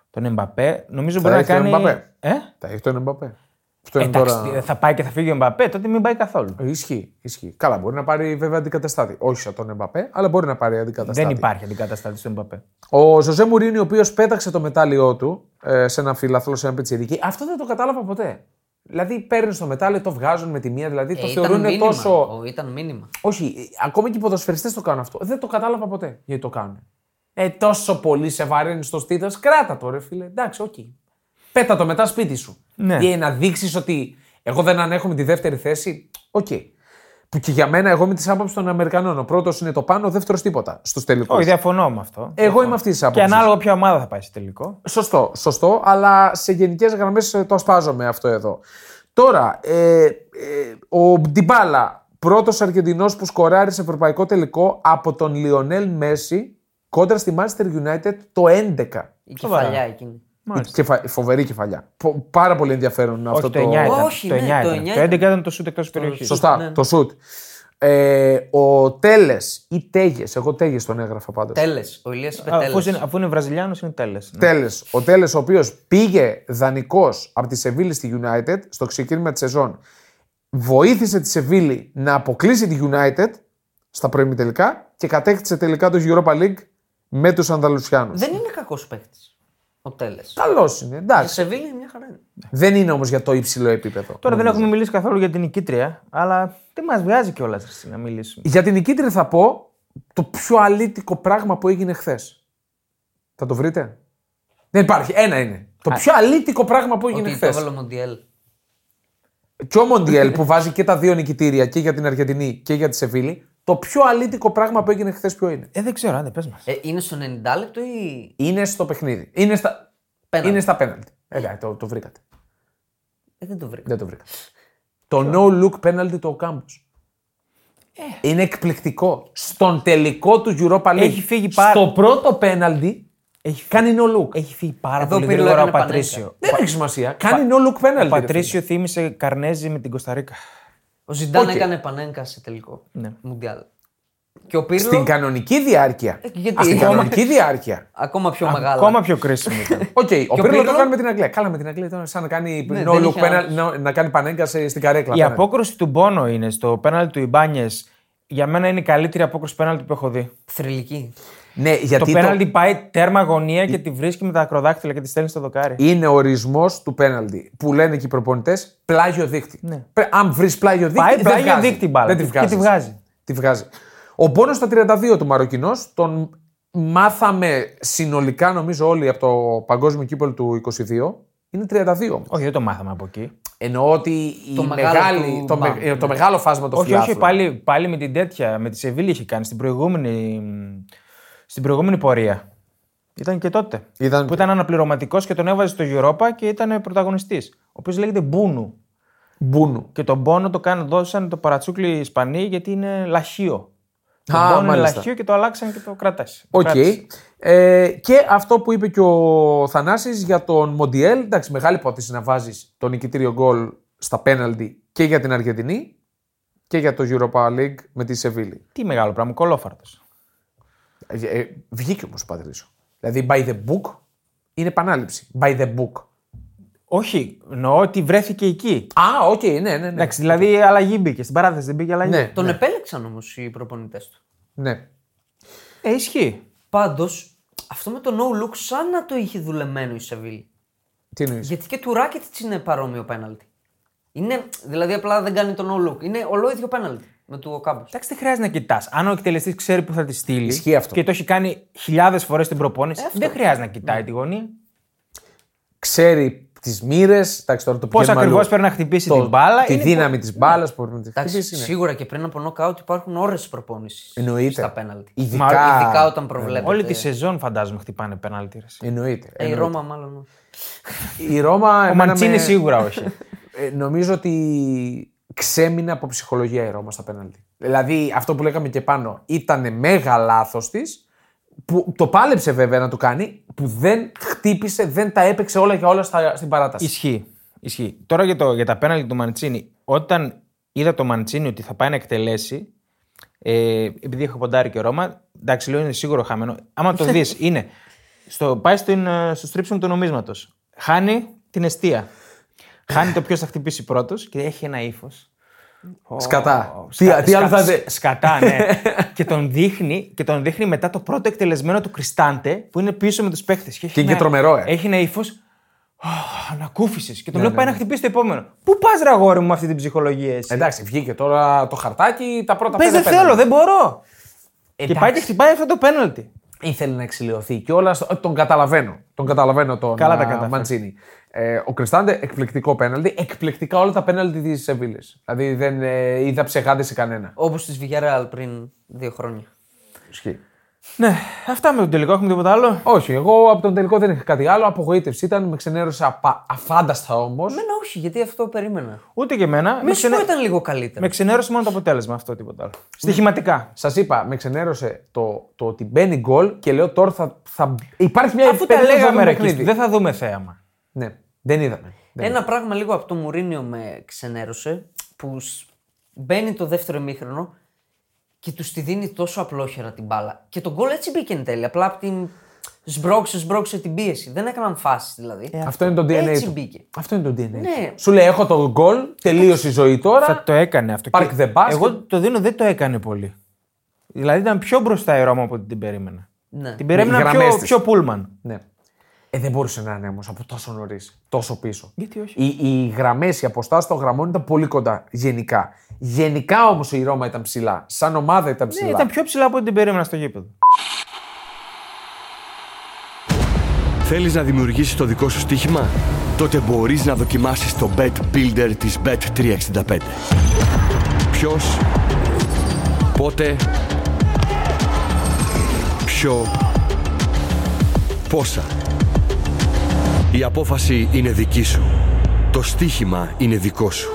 Speaker 2: τον Εμπαπέ, νομίζω μπορεί να
Speaker 1: έχει τον
Speaker 2: κάνει.
Speaker 1: Εμπαπέ.
Speaker 2: Ε?
Speaker 1: Τα έχει τον Εμπαπέ. Αυτό είναι
Speaker 2: Εντάξει,
Speaker 1: τώρα.
Speaker 2: θα πάει και θα φύγει ο Εμπαπέ, τότε μην πάει καθόλου.
Speaker 1: Ισχύει, ισχύει. Καλά, μπορεί να πάρει βέβαια αντικαταστάτη. Όχι σαν τον Εμπαπέ, αλλά μπορεί να πάρει αντικαταστάτη.
Speaker 2: Δεν υπάρχει αντικαταστάτη στον Εμπαπέ.
Speaker 1: Ο Ζωζέ Μουρίνι, ο οποίος πέταξε το μετάλλιό του ε, σε ένα φιλαθλό, σε ένα πιτσιρίκι, αυτό δεν το κατάλαβα ποτέ. Δηλαδή, παίρνει το μετάλλιο, το βγάζουν με τη μία, δηλαδή το
Speaker 3: Ε, ήταν,
Speaker 1: θεωρούν
Speaker 3: μήνυμα.
Speaker 1: τόσο.
Speaker 3: Ο, ήταν μήνυμα.
Speaker 1: Όχι, ε, ακόμα και οι ποδοσφαιριστές το κάνουν αυτό. Δεν το κατάλαβα ποτέ γιατί το κάνουν. Ε, τόσο πολύ σε βαραίνεις στο στήθος, κράτα το ρε φίλε. Εντάξει, οκ. Πέτα το μετά σπίτι σου.
Speaker 2: Ναι.
Speaker 1: Για να δείξεις ότι εγώ δεν ανέχομαι τη δεύτερη θέση. Οκ. Που και για μένα, εγώ είμαι τη άποψη των Αμερικανών. Ο πρώτος είναι το πάνω, ο δεύτερος τίποτα στους τελικούς.
Speaker 2: Όχι, διαφωνώ με αυτό.
Speaker 1: Εγώ είμαι αυτής της άποψη.
Speaker 2: Και ανάλογα ποια ομάδα θα πάει σε τελικό.
Speaker 1: Σωστό, σωστό, αλλά σε γενικές γραμμές το ασπάζομαι αυτό εδώ. Τώρα, ε, ε, ο Ντιμπάλα, πρώτος Αργεντινός που σκοράρει σε ευρωπαϊκό τελικό από τον Λιονέλ Μέση κόντρα στη Manchester United το 11.
Speaker 3: Η
Speaker 2: Σοβαρά.
Speaker 3: κεφαλιά εκείνη.
Speaker 2: Μάλιστα.
Speaker 1: Κεφα... Φοβερή κεφαλιά. Πο- Πάρα πολύ ενδιαφέρον αυτό
Speaker 2: Όχι, το 9 ήταν.
Speaker 3: Όχι,
Speaker 2: το
Speaker 3: ναι,
Speaker 2: 9
Speaker 3: το
Speaker 2: ήταν.
Speaker 3: 9
Speaker 2: Το 11 ήταν το σούτ εκτός περιοχή.
Speaker 1: Σωστά,
Speaker 3: Ναι, ναι.
Speaker 1: το σουτ. Ε, ο Τέλες ή Τέγες, εγώ Τέγες τον έγραφα πάντως.
Speaker 3: Τέλες. Ο Ηλίας είπε
Speaker 2: Αφού
Speaker 3: τέλες.
Speaker 2: είναι, αφού είναι Βραζιλιάνος, είναι τέλες. Ναι.
Speaker 1: Τέλες. Ο Τέλες, ο οποίος πήγε δανεικός από τη Σεβίλη στη United στο ξεκίνημα της σεζόν, βοήθησε τη Σεβίλη να αποκλείσει τη United στα πρώιμη τελικά και κατέκτησε τελικά το Europa League με τους Ανδαλουσιάνους.
Speaker 3: Δεν είναι κακός παίκτης. Ο Τέλες.
Speaker 1: Καλός είναι,
Speaker 3: Η
Speaker 1: εντάξει.
Speaker 3: Σεβίλη είναι μια χαρά. είναι.
Speaker 1: Δεν είναι όμως για το υψηλό επίπεδο.
Speaker 2: Τώρα δεν έχουμε μιλήσει καθόλου για την νικήτρια, αλλά δεν μας βγάζει κιόλας να μιλήσουμε.
Speaker 1: Για την νικήτρια θα πω το πιο αλήτικο πράγμα που έγινε χθες. Θα το βρείτε. Δεν υπάρχει. Ένα είναι. Το πιο αλήτικο πράγμα που έγινε
Speaker 3: Ότι το
Speaker 1: χθε.
Speaker 3: έβαλε ο Μοντιέλ.
Speaker 1: και ο Μοντιέλ που βάζει και τα δύο νικητήρια και για την Αργεντινή και για τη Σεβίλη, το πιο αλήτικο πράγμα που έγινε χθες ποιο είναι.
Speaker 2: Ε, δεν ξέρω, άντε, πες μας.
Speaker 3: Ε, είναι στο 90 λεπτό ή.
Speaker 1: Είναι στο παιχνίδι. Είναι στα,
Speaker 3: Πέναλτι.
Speaker 1: είναι στα πέναλτι. Εντάξει, το, το βρήκατε.
Speaker 3: Ε, δεν το βρήκα.
Speaker 1: Δεν το βρήκατε. το no look penalty του Οκάμπο. Είναι εκπληκτικό. Στον τελικό του Europa League.
Speaker 2: Ε. Έχει φύγει πάρα-
Speaker 1: Στο πρώτο πέναλτι
Speaker 2: Έχει,
Speaker 1: κάνει no look.
Speaker 2: έχει φύγει πάρα
Speaker 3: Εδώ
Speaker 2: πολύ
Speaker 3: ο Πύρλο
Speaker 2: γρήγορα ο
Speaker 3: έκανε
Speaker 2: Πατρίσιο.
Speaker 1: Δεν έχει σημασία. Κάνει no look penalty.
Speaker 2: Ο
Speaker 1: ρε
Speaker 2: Πατρίσιο θύμισε Καρνέζη με την Κωνσταντίνα.
Speaker 3: Ο Ζιντάν
Speaker 1: Οκ.
Speaker 3: έκανε πανέγκα σε τελικό.
Speaker 2: Ναι.
Speaker 3: Μουντιάλ. Και ο
Speaker 1: φίλε.
Speaker 3: Πύρλο
Speaker 1: Στην κανονική διάρκεια.
Speaker 2: Ε,
Speaker 3: γιατί
Speaker 1: Στην
Speaker 3: ακόμα-
Speaker 1: κανονική διάρκεια.
Speaker 3: ακόμα πιο μεγάλο.
Speaker 2: Ακόμα πιο κρίσιμο ήταν.
Speaker 1: Οκ, ο Πύρλο
Speaker 3: Πύρλο-
Speaker 1: το κάνει με την Αγγλία. Καλά με την Αγγλία ήταν σαν να κάνει
Speaker 3: Ναι,
Speaker 1: no
Speaker 3: δεν
Speaker 1: look
Speaker 3: είχε
Speaker 1: penalty,
Speaker 3: άλλους.
Speaker 1: να- να κάνει πανέγκαση στην καρέκλα.
Speaker 2: Η
Speaker 1: απέναντι.
Speaker 2: απόκρουση του Μπόνο είναι στο πέναλ του Ιμπάνιες. Για μένα είναι η καλύτερη απόκρουση πέναλ που έχω δει.
Speaker 3: Θρηλυκή.
Speaker 1: Ναι,
Speaker 2: Το
Speaker 1: γιατί το
Speaker 2: πέναλτι πάει τέρμα αγωνία και τη βρίσκει με τα ακροδάκτυλα και τη στέλνει στο δοκάρι.
Speaker 1: είναι ορισμός του πέναλτι που λένε και οι προπονητές πλάγιο δίχτυ.
Speaker 2: Ναι.
Speaker 1: Πρέ- Αν βρεις πλάγιο δίχτυ.
Speaker 2: Πάει
Speaker 1: δεν
Speaker 2: πλάγιο
Speaker 1: βγάζει.
Speaker 2: δίκτυ μπάλα.
Speaker 1: Δεν τη βγάζει.
Speaker 2: Και τη βγάζεις.
Speaker 1: Τη βγάζει. Ο πόνο στα 32 του Μαροκινός τον μάθαμε συνολικά νομίζω όλοι από το παγκόσμιο κύπελο του 22. Είναι 32.
Speaker 2: Όχι, δεν το μάθαμε από εκεί.
Speaker 1: Εννοώ ότι η
Speaker 3: Το μεγάλο
Speaker 1: μεγάλη,
Speaker 3: του
Speaker 1: το, με-
Speaker 3: μπαμ,
Speaker 1: ε, το μεγάλο φάσμα το
Speaker 2: όχι, όχι,
Speaker 1: φιλάθλων.
Speaker 2: πάλι, πάλι με την τέτοια, με τη Σεβίλη είχε κάνει στην προηγούμενη, στην προηγούμενη πορεία. Ήταν και τότε.
Speaker 1: Ήταν-
Speaker 2: Που ήταν αναπληρωματικός και τον έβαζε στο Europa και ήταν πρωταγωνιστής. Ο οποίος λέγεται Μπούνου.
Speaker 1: Μπούνου.
Speaker 2: Και τον Πόνο το κάνουν, δώσαν το παρατσούκλι Ισπανί γιατί είναι λαχείο. Τον
Speaker 1: Α,
Speaker 2: πόνουν
Speaker 1: μάλιστα.
Speaker 2: λαχείο και το αλλάξαν και το κρατά.
Speaker 1: Οκ. Ε, και αυτό που είπε και ο Θανάσης για τον Μοντιέλ. Εντάξει, μεγάλη υπόθεση να βάζεις το νικητήριο γκολ στα πέναλτι και για την Αργεντινή και για το Europa League με τη Σεβίλη.
Speaker 2: Τι μεγάλο πράγμα, κολόφαρτος.
Speaker 1: Ε, ε, βγήκε όμως ο Πατρίσιο. Δηλαδή, by the book είναι επανάληψη. By the book.
Speaker 2: Όχι, εννοώ ότι βρέθηκε εκεί.
Speaker 1: Α, οκ, ναι, ναι, ναι.
Speaker 2: Εντάξει, δηλαδή η αλλαγή μπήκε. Στην παράθεση δεν μπήκε αλλαγή.
Speaker 1: Ναι,
Speaker 3: Τον επέλεξαν όμως οι προπονητές του.
Speaker 1: ναι.
Speaker 2: Ε, ισχύει.
Speaker 3: Πάντως, αυτό με το no look σαν να το είχε δουλεμένο η Σεβίλη.
Speaker 1: Τι εννοείς.
Speaker 3: Γιατί και του Ράκετ είναι παρόμοιο πέναλτι. Είναι, δηλαδή απλά δεν κάνει το no look. Είναι ολόιδιο πέναλτι με του Οκάμπο.
Speaker 1: Ε,
Speaker 2: Εντάξει, τι χρειάζεται να κοιτάς. Αν ο εκτελεστής ξέρει που θα τη στείλει
Speaker 1: Ισχύει αυτό.
Speaker 2: και το έχει κάνει χιλιάδες φορές την προπόνηση, δεν χρειάζεται να κοιτάει
Speaker 1: Ναι.
Speaker 2: τη γωνία.
Speaker 1: Ξέρει τις μοίρες. Εντάξει, τώρα το
Speaker 2: Πώς
Speaker 1: πηγαίνουμε
Speaker 2: ακριβώς
Speaker 1: αλλού.
Speaker 2: πρέπει να χτυπήσει
Speaker 1: Το-
Speaker 2: την μπάλα.
Speaker 1: Τη
Speaker 2: είναι
Speaker 1: δύναμη της μπάλας που μπορεί να τη
Speaker 3: Εντάξει,
Speaker 1: χτυπήσει. ναι.
Speaker 3: σίγουρα και πριν από νοκάουτ υπάρχουν ώρες προπόνησης.
Speaker 1: Εννοείται.
Speaker 3: Στα πέναλτι.
Speaker 1: ναι. Ειδικά- Ε,
Speaker 3: ειδικά όταν
Speaker 2: που-
Speaker 3: προβλέπεται.
Speaker 2: Όλη τη σεζόν φαντάζομαι χτυπάνε πέναλτι. ρε.
Speaker 1: Εννοείται.
Speaker 3: Ε, η
Speaker 1: εννοείται.
Speaker 3: Ρώμα, μάλλον.
Speaker 1: Η Ρώμα.
Speaker 2: Ο
Speaker 1: εμένα
Speaker 2: Μαντσίνη
Speaker 1: με-
Speaker 2: σίγουρα όχι.
Speaker 1: ε, Νομίζω ότι ξέμεινε από ψυχολογία η Ρώμα στα πέναλτι. Δηλαδή αυτό που λέγαμε και πάνω ήταν μέγα λάθος της. Που το πάλεψε βέβαια να το κάνει, που δεν χτύπησε, δεν τα έπαιξε όλα και όλα στα, στην παράταση.
Speaker 2: Ισχύει. Ισχύει. Τώρα για, το, για τα πέναλτι του Μαντσίνη. Όταν είδα το Μαντσίνη ότι θα πάει να εκτελέσει. Ε, επειδή έχω ποντάρει και Ρώμα, εντάξει, λέω είναι σίγουρο χαμένο. Άμα το δεις, είναι. Στο, πάει στην, ε, στο στρίψιμο του νομίσματος. Χάνει την αιστεία. Χάνει το ποιος θα χτυπήσει πρώτος και έχει ένα ύφος.
Speaker 1: Σκατά. Τι- τι άλλο θα δε-
Speaker 2: Σκατά, ναι. και, τον δείχνει, και τον δείχνει μετά το πρώτο εκτελεσμένο του Κριστάντε που είναι πίσω με τους παίχτες. Και, έχει
Speaker 1: είναι
Speaker 2: ένα-
Speaker 1: τρομερό, ε.
Speaker 2: Έχει ένα ύφος. Ανακούφιση. Και τον λέω πάει να χτυπήσει το επόμενο. Πού πας, Ραγόρι μου, με αυτή την ψυχολογία εσύ.
Speaker 1: Εντάξει, βγήκε τώρα το χαρτάκι, τα πρώτα
Speaker 2: Ε, Πες,
Speaker 1: πέντε
Speaker 2: δεν θέλω,
Speaker 1: πέναλτι.
Speaker 2: δεν μπορώ. Και
Speaker 1: Εντάξει.
Speaker 2: πάει και Ε, χτυπάει αυτό το πέναλτι.
Speaker 1: Ήθελε να εξηλαιωθεί και όλα. Τον καταλαβαίνω. Τον καταλαβαίνω τον
Speaker 2: Καλά τα
Speaker 1: α,
Speaker 2: κατάφερε.
Speaker 1: Μαντσίνη. Ε, ο Κριστάντε, εκπληκτικό πέναλτι. Εκπληκτικά όλα τα πέναλτι της Σεβίλης. Δηλαδή δεν ε, είδα ψεγάδες σε κανένα.
Speaker 3: Όπως της Villarreal πριν δύο χρόνια.
Speaker 1: Ισχύει.
Speaker 2: Ναι, αυτά με τον τελικό. Έχουμε τίποτα άλλο.
Speaker 1: Όχι, εγώ από τον τελικό δεν είχα κάτι άλλο. Απογοήτευση ήταν, με ξενέρωσε απα... αφάνταστα όμως.
Speaker 3: Εμένα όχι, γιατί αυτό περίμενα.
Speaker 2: Ούτε και εμένα. Με,
Speaker 3: Μη σου
Speaker 2: ξενε-
Speaker 3: πω ήταν λίγο καλύτερο.
Speaker 2: με ξενέρωσε μόνο το αποτέλεσμα αυτό, τίποτα άλλο. Στοιχηματικά.
Speaker 1: Σας είπα, με ξενέρωσε το, το ότι μπαίνει γκολ και λέω τώρα θα. θα... Υπάρχει μια
Speaker 2: Αφού τα
Speaker 1: περίπτωση να
Speaker 2: λέγαμε,
Speaker 1: δούμε
Speaker 2: ρε,
Speaker 1: παιχνίδι.
Speaker 2: Χρήστο, δεν θα δούμε θέαμα.
Speaker 1: Ναι, δεν είδαμε. Δεν.
Speaker 3: Ένα πράγμα λίγο από το Μουρίνιο με ξενέρωσε που σ- μπαίνει το δεύτερο ημίχρονο και τους τη δίνει τόσο απλόχερα την μπάλα. Και τον γκολ έτσι μπήκε εν τέλει. Απλά από την. Σμπρώξε, σμπρώξε την πίεση. Δεν έκαναν φάσεις δηλαδή.
Speaker 2: Ε,
Speaker 1: Αυτό είναι το DNA
Speaker 3: έτσι
Speaker 2: ναι,
Speaker 1: του.
Speaker 3: μπήκε.
Speaker 1: Αυτό είναι το DNA.
Speaker 3: Ναι.
Speaker 1: του. Σου λέει: Έχω το γκολ, τελείωσε η ζωή τώρα.
Speaker 2: Θα το έκανε αυτό.
Speaker 1: Park
Speaker 2: Και
Speaker 1: the basket.
Speaker 2: Εγώ το δίνω, δεν το έκανε πολύ. Δηλαδή ήταν πιο μπροστά η Ρώμα από ό,τι την περίμενα.
Speaker 3: Ναι.
Speaker 2: Την περίμενα
Speaker 1: γραμμές
Speaker 2: πιο,
Speaker 1: της.
Speaker 2: πιο πούλμαν.
Speaker 1: Ναι. Ε, δεν μπορούσε να είναι όμως από τόσο νωρίς, τόσο πίσω.
Speaker 2: Γιατί όχι?
Speaker 1: Οι, οι γραμμές, οι αποστάσεις των γραμμών ήταν πολύ κοντά γενικά. Γενικά όμως η Ρώμα ήταν ψηλά. Σαν ομάδα ήταν ψηλά.
Speaker 2: Ναι, ήταν πιο ψηλά από ό,τι την περίμενα στο γήπεδο.
Speaker 4: Θέλεις να δημιουργήσεις το δικό σου στοίχημα? Τότε μπορείς να δοκιμάσεις το Bet Builder της Bet365. Ποιος, πότε, ποιο, πόσα. Η απόφαση είναι δική σου. Το στοίχημα είναι δικό σου.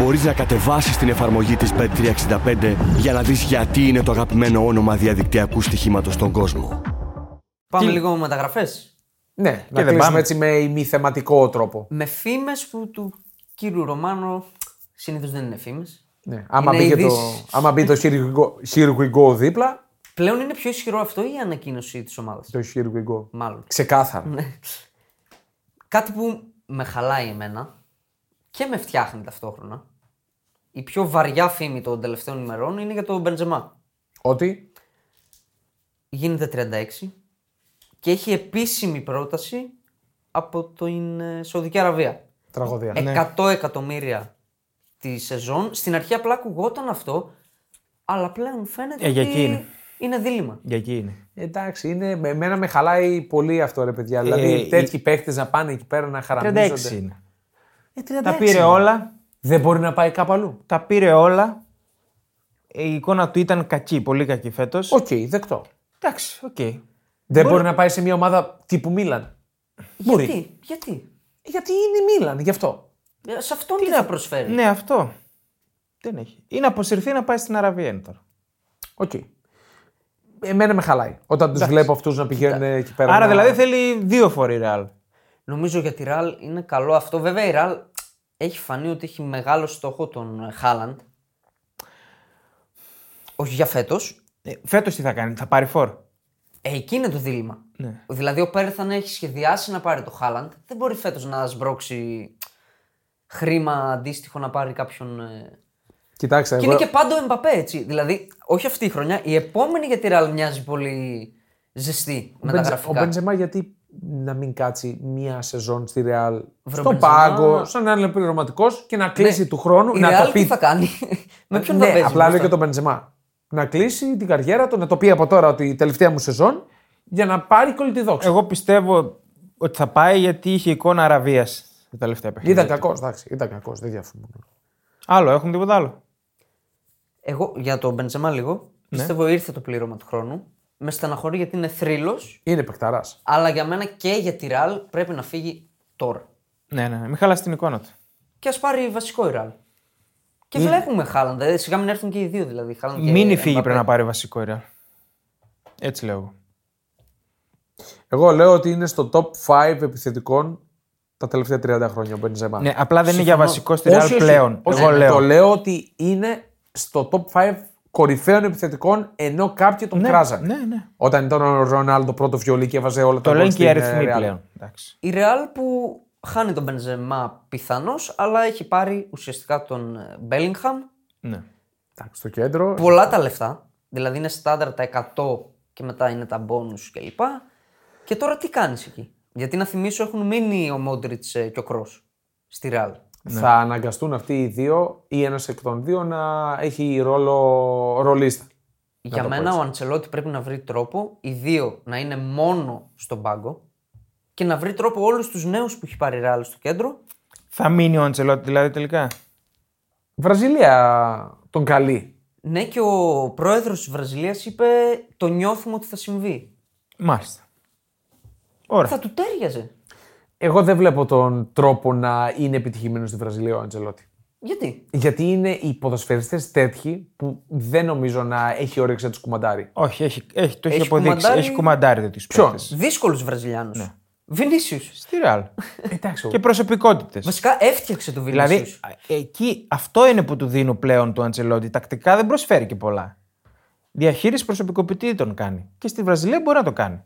Speaker 4: Μπορείς να κατεβάσεις την εφαρμογή της Bet365 για να δεις γιατί είναι το αγαπημένο όνομα διαδικτυακού στοιχήματος στον κόσμο.
Speaker 3: Πάμε
Speaker 2: Τι-
Speaker 3: λίγο με μεταγραφές.
Speaker 1: Ναι, να
Speaker 2: δεν
Speaker 1: κλείσουμε
Speaker 2: πάμε.
Speaker 1: έτσι με ημιθεματικό τρόπο.
Speaker 3: Με φήμες που του κύριου Ρωμάνο συνήθως δεν είναι φήμες.
Speaker 1: Ναι. Άμα,
Speaker 3: Είναι
Speaker 1: μπήκε το,
Speaker 3: ειδήσεις.
Speaker 1: άμα μπει το here we go- here we go δίπλα,
Speaker 3: Πλέον είναι πιο ισχυρό αυτό ή η ανακοίνωση της ομάδας.
Speaker 1: το here we go.
Speaker 3: Μάλλον.
Speaker 1: Ξεκάθαρα.
Speaker 3: Κάτι που με χαλάει εμένα και με φτιάχνει ταυτόχρονα. Η πιο βαριά φήμη των τελευταίων ημερών είναι για τον Μπεντζεμά.
Speaker 1: Ότι
Speaker 3: Γίνεται 36 και έχει επίσημη πρόταση από την ε, Σαουδική Αραβία.
Speaker 1: τραγωδία.
Speaker 2: Ε,
Speaker 3: Ε,
Speaker 2: ναι.
Speaker 1: Ναι.
Speaker 3: 100 εκατομμύρια τη σεζόν. Στην αρχή απλά ακουγόταν αυτό, αλλά πλέον φαίνεται
Speaker 2: Ε, για εκεί
Speaker 3: ότι
Speaker 2: είναι.
Speaker 3: είναι δίλημα.
Speaker 2: Για εκεί είναι.
Speaker 1: Εντάξει, είναι, με- εμένα με χαλάει πολύ αυτό ρε παιδιά. δηλαδή
Speaker 2: η-
Speaker 1: τέτοιοι παίχτες να πάνε εκεί πέρα να
Speaker 2: 36
Speaker 1: χαραμίζονται.
Speaker 2: είναι. Τα πήρε όλα.
Speaker 1: Δεν μπορεί να πάει κάπου αλλού.
Speaker 2: Τα πήρε όλα. Η εικόνα του ήταν κακή, πολύ κακή φέτος.
Speaker 1: Οκ, δεκτό.
Speaker 2: Εντάξει, οκ.
Speaker 1: Δεν μπορεί... να πάει σε μια ομάδα τύπου Μίλαν.
Speaker 3: Γιατί, γιατί.
Speaker 1: Γιατί είναι Μίλαν, γι' αυτό.
Speaker 3: Ε, Σε αυτόν τι θα προσφέρει.
Speaker 2: Ναι, αυτό. Δεν έχει. Ή να αποσυρθεί να πάει στην Αραβία είναι τώρα.
Speaker 1: Οκ. Εμένα με χαλάει όταν τους βλέπω αυτούς να πηγαίνουν εκεί πέρα.
Speaker 2: Άρα
Speaker 1: να-
Speaker 2: δηλαδή θέλει δύο φορή η Ρεάλ.
Speaker 3: Νομίζω για τη Ραλ είναι καλό αυτό. Βέβαια η Ραλ έχει φανεί ότι έχει μεγάλο στόχο τον Χάλαντ. Όχι για φέτος.
Speaker 2: Φέτο Ε, τι θα κάνει, θα πάρει φόρ.
Speaker 3: Ε, εκεί είναι το δίλημα.
Speaker 1: Ναι.
Speaker 3: Δηλαδή ο Πέρθαν έχει σχεδιάσει να πάρει το Χάλαντ. Δεν μπορεί φέτος να σμπρώξει χρήμα αντίστοιχο να πάρει κάποιον. ε,
Speaker 1: Κοιτάξτε,
Speaker 3: Και
Speaker 1: εγώ-
Speaker 3: είναι και πάντο Εμπαπέ, έτσι. Δηλαδή, όχι αυτή η χρονιά, η επόμενη για τη Ραλ μοιάζει πολύ ζεστή με τα
Speaker 1: Μπενζε- Ο
Speaker 3: γραφικά.
Speaker 1: Μπεντζεμά γιατί να μην κάτσει μία σεζόν στη Ρεάλ
Speaker 3: Βρε,
Speaker 1: στον
Speaker 3: Μπενζεμά.
Speaker 1: πάγκο, σαν να είναι πληρωματικός και να κλείσει του χρόνου.
Speaker 3: Ναι. Η
Speaker 1: να
Speaker 3: Ρεάλ
Speaker 1: το
Speaker 3: τι
Speaker 1: πει.
Speaker 3: θα κάνει. με ποιον θα
Speaker 1: ναι,
Speaker 3: παίζει.
Speaker 1: απλά λέω
Speaker 3: μπροστά.
Speaker 1: και τον Μπεντζεμά. Να κλείσει την καριέρα του, να το πει από τώρα ότι η τελευταία μου σεζόν για να πάρει κολλητή δόξα.
Speaker 2: Εγώ πιστεύω ότι θα πάει γιατί είχε εικόνα Αραβίας τα τελευταία παιχνίδια.
Speaker 1: Ήταν κακός, εντάξει, ήταν κακός, δεν διαφωνώ.
Speaker 2: Άλλο, έχουμε τίποτα άλλο.
Speaker 3: Εγώ για τον Μπεντζεμά λίγο.
Speaker 2: Ναι.
Speaker 3: Πιστεύω ήρθε το πλήρωμα του χρόνου. Με στεναχωρεί γιατί είναι θρύλος,
Speaker 1: Είναι παιχταράς.
Speaker 3: αλλά για μένα και για τη Ραλ πρέπει να φύγει τώρα.
Speaker 2: Ναι, ναι, ναι, μην χαλάσει την εικόνα του.
Speaker 3: Και ας πάρει βασικό η Ραλ. Και βλέπουμε Χάλαντ. ε, Σιγά μην έρθουν και οι δύο δηλαδή. Χάλαντ και
Speaker 2: Μην
Speaker 3: Εμπαπέ.
Speaker 2: φύγει πρέπει να πάρει βασικό η Ρεάλ. Έτσι λέω εγώ.
Speaker 1: Εγώ λέω ότι είναι στο top 5 επιθετικών τα τελευταία 30 χρόνια ο Μπεντζεμά.
Speaker 2: Ναι, απλά δεν είναι για βασικό στη Ρεάλ
Speaker 1: Όχι, όχι,
Speaker 2: πλέον.
Speaker 1: όχι,
Speaker 2: εγώ
Speaker 1: ναι,
Speaker 2: λέω.
Speaker 1: Το λέω ότι είναι στο top 5 κορυφαίων επιθετικών ενώ κάποιοι τον
Speaker 2: Ναι,
Speaker 1: κράζαν.
Speaker 2: ναι, ναι.
Speaker 1: Όταν ήταν ο Ρονάλντο πρώτο βιολί και έβαζε όλα τα
Speaker 2: Το
Speaker 1: γκολ
Speaker 2: λένε και οι
Speaker 1: στην, ε,
Speaker 2: αριθμοί
Speaker 1: Real.
Speaker 2: πλέον. Εντάξει.
Speaker 3: Η Ρεάλ που χάνει τον Μπενζεμά πιθανώς, αλλά έχει πάρει ουσιαστικά τον ε, Μπέλιγχαμ.
Speaker 2: Ναι.
Speaker 1: Εντάξει, στο κέντρο.
Speaker 3: Πολλά τα λεφτά. Δηλαδή είναι στάνταρ τα 100 και μετά είναι τα μπόνους κλπ. Και, λοιπά. και τώρα τι κάνεις εκεί. Γιατί να θυμίσω έχουν μείνει ο Μόντριτ και ο Κρό στη Ρεάλ.
Speaker 2: Ναι.
Speaker 1: Θα αναγκαστούν αυτοί οι δύο ή ένας εκ των δύο να έχει ρόλο ρολίστα.
Speaker 3: Για μένα ο Αντσελότη πρέπει να βρει τρόπο οι δύο να είναι μόνο στον πάγκο και να βρει τρόπο όλους τους νέους που έχει πάρει η Ρεάλ στο κέντρο.
Speaker 2: Θα μείνει ο Αντσελότη δηλαδή τελικά.
Speaker 1: Βραζιλία τον καλεί.
Speaker 3: Ναι, και ο πρόεδρος της Βραζιλίας είπε: Το νιώθουμε ότι θα συμβεί.
Speaker 2: Μάλιστα. Ωραία.
Speaker 3: Θα του τέριαζε.
Speaker 1: Εγώ δεν βλέπω τον τρόπο να είναι επιτυχημένος στη Βραζιλία ο Αντζελότη.
Speaker 3: Γιατί.
Speaker 1: Γιατί είναι οι ποδοσφαιριστές τέτοιοι που δεν νομίζω να έχει όρεξη να τους κουμαντάρει.
Speaker 2: Όχι, έχει, έχει, το έχει,
Speaker 3: Έχει
Speaker 2: αποδείξει.
Speaker 3: κουμαντάρει-
Speaker 2: Έχει κουμαντάρει τέτοιους
Speaker 1: Ποιον?
Speaker 3: Δύσκολους Βραζιλιάνους. Ναι. Βινίσιους.
Speaker 2: Στη Ρεάλ.
Speaker 1: Εντάξει,
Speaker 2: και προσωπικότητες.
Speaker 3: Βασικά έφτιαξε το Βινίσιου.
Speaker 2: Δηλαδή, ε, εκεί αυτό είναι που του δίνω πλέον του Αντσελότη. Τακτικά δεν προσφέρει και πολλά. Διαχείριση προσωπικοποιητήτων κάνει. Και στη Βραζιλία μπορεί να το κάνει.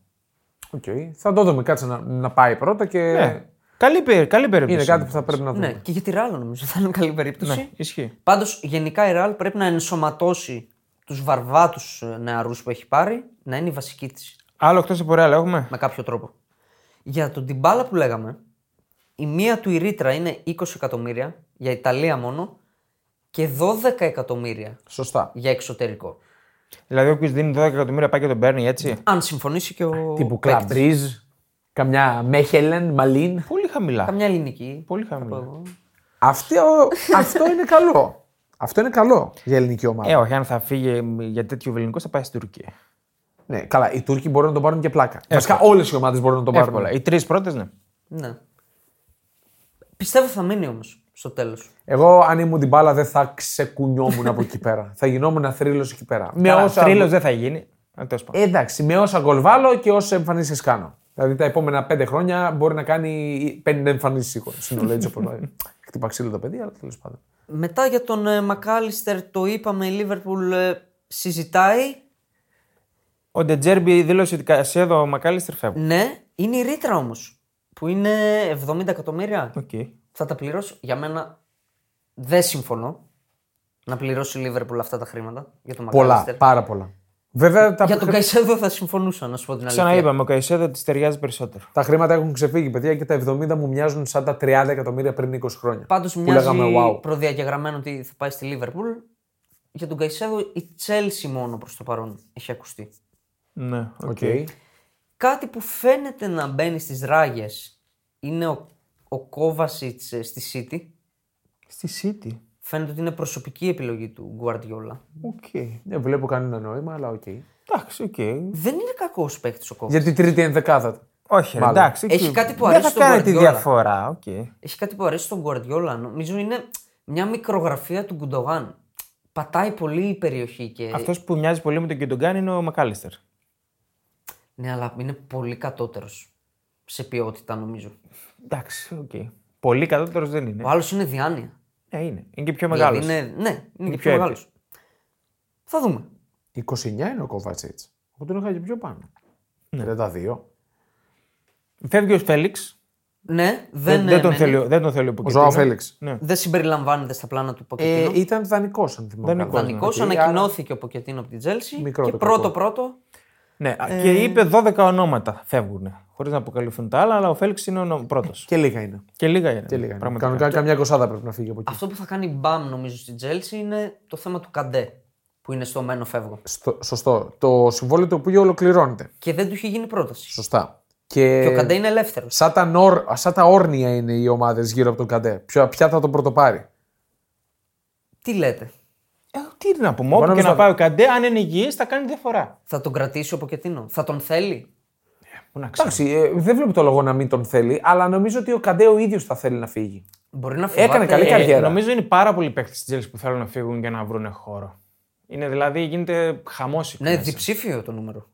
Speaker 1: Οκ. Θα το δούμε. Κάτσε να, να πάει πρώτα και
Speaker 2: Ε, καλή, περι- καλή περίπτωση.
Speaker 1: είναι κάτι που θα πρέπει να δούμε.
Speaker 3: Ναι, και για τη Ρεάλ νομίζω θα είναι καλή περίπτωση.
Speaker 2: Ναι, ισχύει.
Speaker 3: Πάντως, γενικά η Ρεάλ πρέπει να ενσωματώσει τους βαρβάτους νεαρού ε, που έχει πάρει να είναι η βασική της
Speaker 2: Άλλο εκτός από Ρεάλ έχουμε.
Speaker 3: με κάποιο τρόπο. Για τον Τιμπάλα που λέγαμε, η μία του η ρήτρα είναι 20 εκατομμύρια για Ιταλία μόνο και 12 εκατομμύρια
Speaker 1: Σωστά.
Speaker 3: για εξωτερικό.
Speaker 2: Δηλαδή, όποιος δίνει 12 εκατομμύρια πάει και τον παίρνει έτσι.
Speaker 3: Αν συμφωνήσει και ο.
Speaker 1: Τύπου
Speaker 3: παίκτης.
Speaker 1: Κλαμπρίζ, καμιά Μέχελεν, Μαλίν.
Speaker 2: Πολύ χαμηλά.
Speaker 3: Καμιά ελληνική.
Speaker 2: Πολύ χαμηλά.
Speaker 3: Εγώ.
Speaker 1: Αυτό, αυτό είναι καλό. Αυτό είναι καλό για ελληνική ομάδα.
Speaker 2: Ε, όχι, αν θα φύγει για τέτοιο βεληνικό θα πάει στην Τουρκία.
Speaker 1: Ναι, καλά. Οι Τούρκοι μπορούν να τον πάρουν και πλάκα. Βασικά όλες οι ομάδες μπορούν να τον πάρουν.
Speaker 2: Εύκολα. Οι τρεις πρώτες, ναι.
Speaker 3: Ναι. Πιστεύω θα μείνει όμως στο τέλος.
Speaker 1: Εγώ, αν ήμουν την μπάλα, δεν θα ξεκουνιόμουν από εκεί πέρα. θα γινόμουν θρύλος εκεί πέρα. Με
Speaker 2: Καλά,
Speaker 1: όσα...
Speaker 2: θρύλος δεν θα γίνει. Αλλά τέλος πάντων.
Speaker 1: Ε, εντάξει, με όσα γκολ βάλω και όσε εμφανίσεις κάνω. Δηλαδή τα επόμενα πέντε χρόνια μπορεί να κάνει 50 εμφανίσεις σίγουρα. Συνολό έτσι όπως λέει. Χτυπά ξύλο το παιδί, αλλά τέλος πάντων.
Speaker 3: Μετά για τον ε, Μακάλιστερ, το είπαμε, η Λίβερπουλ ε, συζητάει.
Speaker 2: Ο Ντετζέρμπι δήλωσε ότι Κασέδο ο Μακάλιστερ φεύγει.
Speaker 3: Ναι, είναι η ρήτρα όμως. Που είναι 70 εκατομμύρια.
Speaker 2: Οκ.
Speaker 3: Θα τα πληρώσει. Για μένα δεν συμφωνώ να πληρώσει η Λίβερπουλ αυτά τα χρήματα για τον
Speaker 1: Πολλά,
Speaker 3: Μακάλιστερ.
Speaker 1: πάρα πολλά. Βέβαια τα,
Speaker 3: Για τον
Speaker 1: χρ-
Speaker 3: Καϊσέδο θα συμφωνούσα, να σου πω την αλήθεια.
Speaker 2: Ξαναείπαμε, ο Κασέδο της ταιριάζει περισσότερο.
Speaker 1: τα χρήματα έχουν ξεφύγει, παιδιά, και τα 70 μου μοιάζουν σαν τα 30 εκατομμύρια πριν 20 χρόνια.
Speaker 3: Πάντως
Speaker 1: Που
Speaker 3: μοιάζει
Speaker 1: λέγαμε, wow.
Speaker 3: προδιαγεγραμμένο ότι θα πάει στη Λίβερπουλ. Για τον Καϊσέδο η Τσέλσι μόνο προς το παρόν έχει ακουστεί.
Speaker 2: Ναι, οκ.
Speaker 1: Okay.
Speaker 3: Κάτι που φαίνεται να μπαίνει στις ράγες είναι ο, ο Kovacic, ε, στη City.
Speaker 2: Στη City.
Speaker 3: Φαίνεται ότι είναι προσωπική επιλογή του Guardiola.
Speaker 2: Οκ.
Speaker 1: Δεν βλέπω κανένα νόημα, αλλά οκ.
Speaker 2: Εντάξει, οκ.
Speaker 3: Δεν είναι κακός παίκτης ο Kovacic.
Speaker 1: Για την τρίτη ενδεκάδα. του.
Speaker 2: Όχι, ρε,
Speaker 1: Μάλλον.
Speaker 2: εντάξει. οκ.
Speaker 3: Έχει κάτι που
Speaker 2: Δεν
Speaker 3: αρέσει
Speaker 2: θα κάνει τη
Speaker 3: στον Guardiola. Ε,
Speaker 2: διαφορά. Οκ.
Speaker 3: Έχει κάτι που αρέσει στον Guardiola. Νομίζω είναι μια μικρογραφία του Γκουντογάν. πατάει πολύ η περιοχή. Και...
Speaker 2: Αυτός που μοιάζει πολύ με τον Κιντογκάν είναι ο Μακάλιστερ.
Speaker 3: Ναι, αλλά είναι πολύ κατώτερος σε ποιότητα νομίζω.
Speaker 2: Εντάξει, οκ. Πολύ κατώτερος δεν είναι.
Speaker 3: Ο άλλος είναι διάνοια.
Speaker 2: Ε, είναι. Είναι και πιο μεγάλος.
Speaker 3: Δηλαδή είναι, ναι, είναι, και
Speaker 2: πιο
Speaker 3: πιο μεγάλος. Θα δούμε.
Speaker 1: 29 είναι ο Κοβατσίτ. Εγώ τον είχα και πιο πάνω. 32.
Speaker 2: Φεύγει ο Φέληξ.
Speaker 3: Ναι,
Speaker 2: Δεν,
Speaker 3: δεν,
Speaker 2: δεν τον
Speaker 3: έμενε.
Speaker 2: θέλει, ο- δεν τον θέλει ο
Speaker 1: Ο
Speaker 2: Ποchettino.
Speaker 1: Ζωάο Φέληξ.
Speaker 2: Ναι.
Speaker 3: Δεν συμπεριλαμβάνεται στα πλάνα του
Speaker 1: Ε,
Speaker 3: Ποκετίνο.
Speaker 1: ήταν δανεικός, αν θυμάμαι.
Speaker 2: Δανεικός,
Speaker 1: καλά.
Speaker 3: Δανεικός,
Speaker 1: Άρα-
Speaker 3: ανακοινώθηκε ο Ποκετίνο από την Τζέλση.
Speaker 1: Μικρό
Speaker 3: Και
Speaker 1: το κακό.
Speaker 3: πρώτο-πρώτο.
Speaker 2: Ναι,
Speaker 3: Ε,
Speaker 2: και είπε 12 ονόματα φεύγουν. Χωρίς να αποκαλυφθούν τα άλλα, αλλά ο Φέληξ είναι ο πρώτος.
Speaker 1: Και λίγα είναι.
Speaker 2: Και λίγα είναι.
Speaker 1: Και λίγα είναι.
Speaker 2: πραγματικά.
Speaker 1: Κανονικά καμιά κοσάδα πρέπει να φύγει από εκεί.
Speaker 3: Αυτό που θα κάνει μπαμ νομίζω στην Τζέλση είναι το θέμα του Καντέ. Που είναι στο μένο φεύγω.
Speaker 1: Στο- σωστό. Το συμβόλαιο του οποίου ολοκληρώνεται.
Speaker 3: Και δεν του είχε γίνει πρόταση.
Speaker 1: Σωστά. Και,
Speaker 3: Και ο Καντέ είναι ελεύθερος.
Speaker 1: σαν, τα νορ, σαν τα όρνια είναι οι ομάδες γύρω από τον Καντέ. Ποια, ποια θα τον πρωτοπάρει.
Speaker 3: Τι λέτε,
Speaker 2: Ε, τι να πούμε, όπου και
Speaker 1: νομίζω
Speaker 2: να
Speaker 1: θα-
Speaker 2: πάει ο Καντέ, αν είναι υγιής, θα κάνει διαφορά.
Speaker 3: θα τον κρατήσει ο Ποκετίνο, θα τον θέλει.
Speaker 2: Πού να ξέρω.
Speaker 1: Εντάξει, ε, δεν βλέπω το λόγο να μην τον θέλει, αλλά νομίζω ότι ο Καντέ ο ίδιος θα θέλει να φύγει.
Speaker 3: Μπορεί να φοβάται...
Speaker 1: Έκανε καλή καριέρα.
Speaker 2: Ε, νομίζω είναι πάρα πολλοί παίκτες της Τζέλσης που θέλουν να φύγουν για να βρουν χώρο. Είναι δηλαδή, γίνεται χαμό
Speaker 3: Ναι, διψήφιο το νούμερο.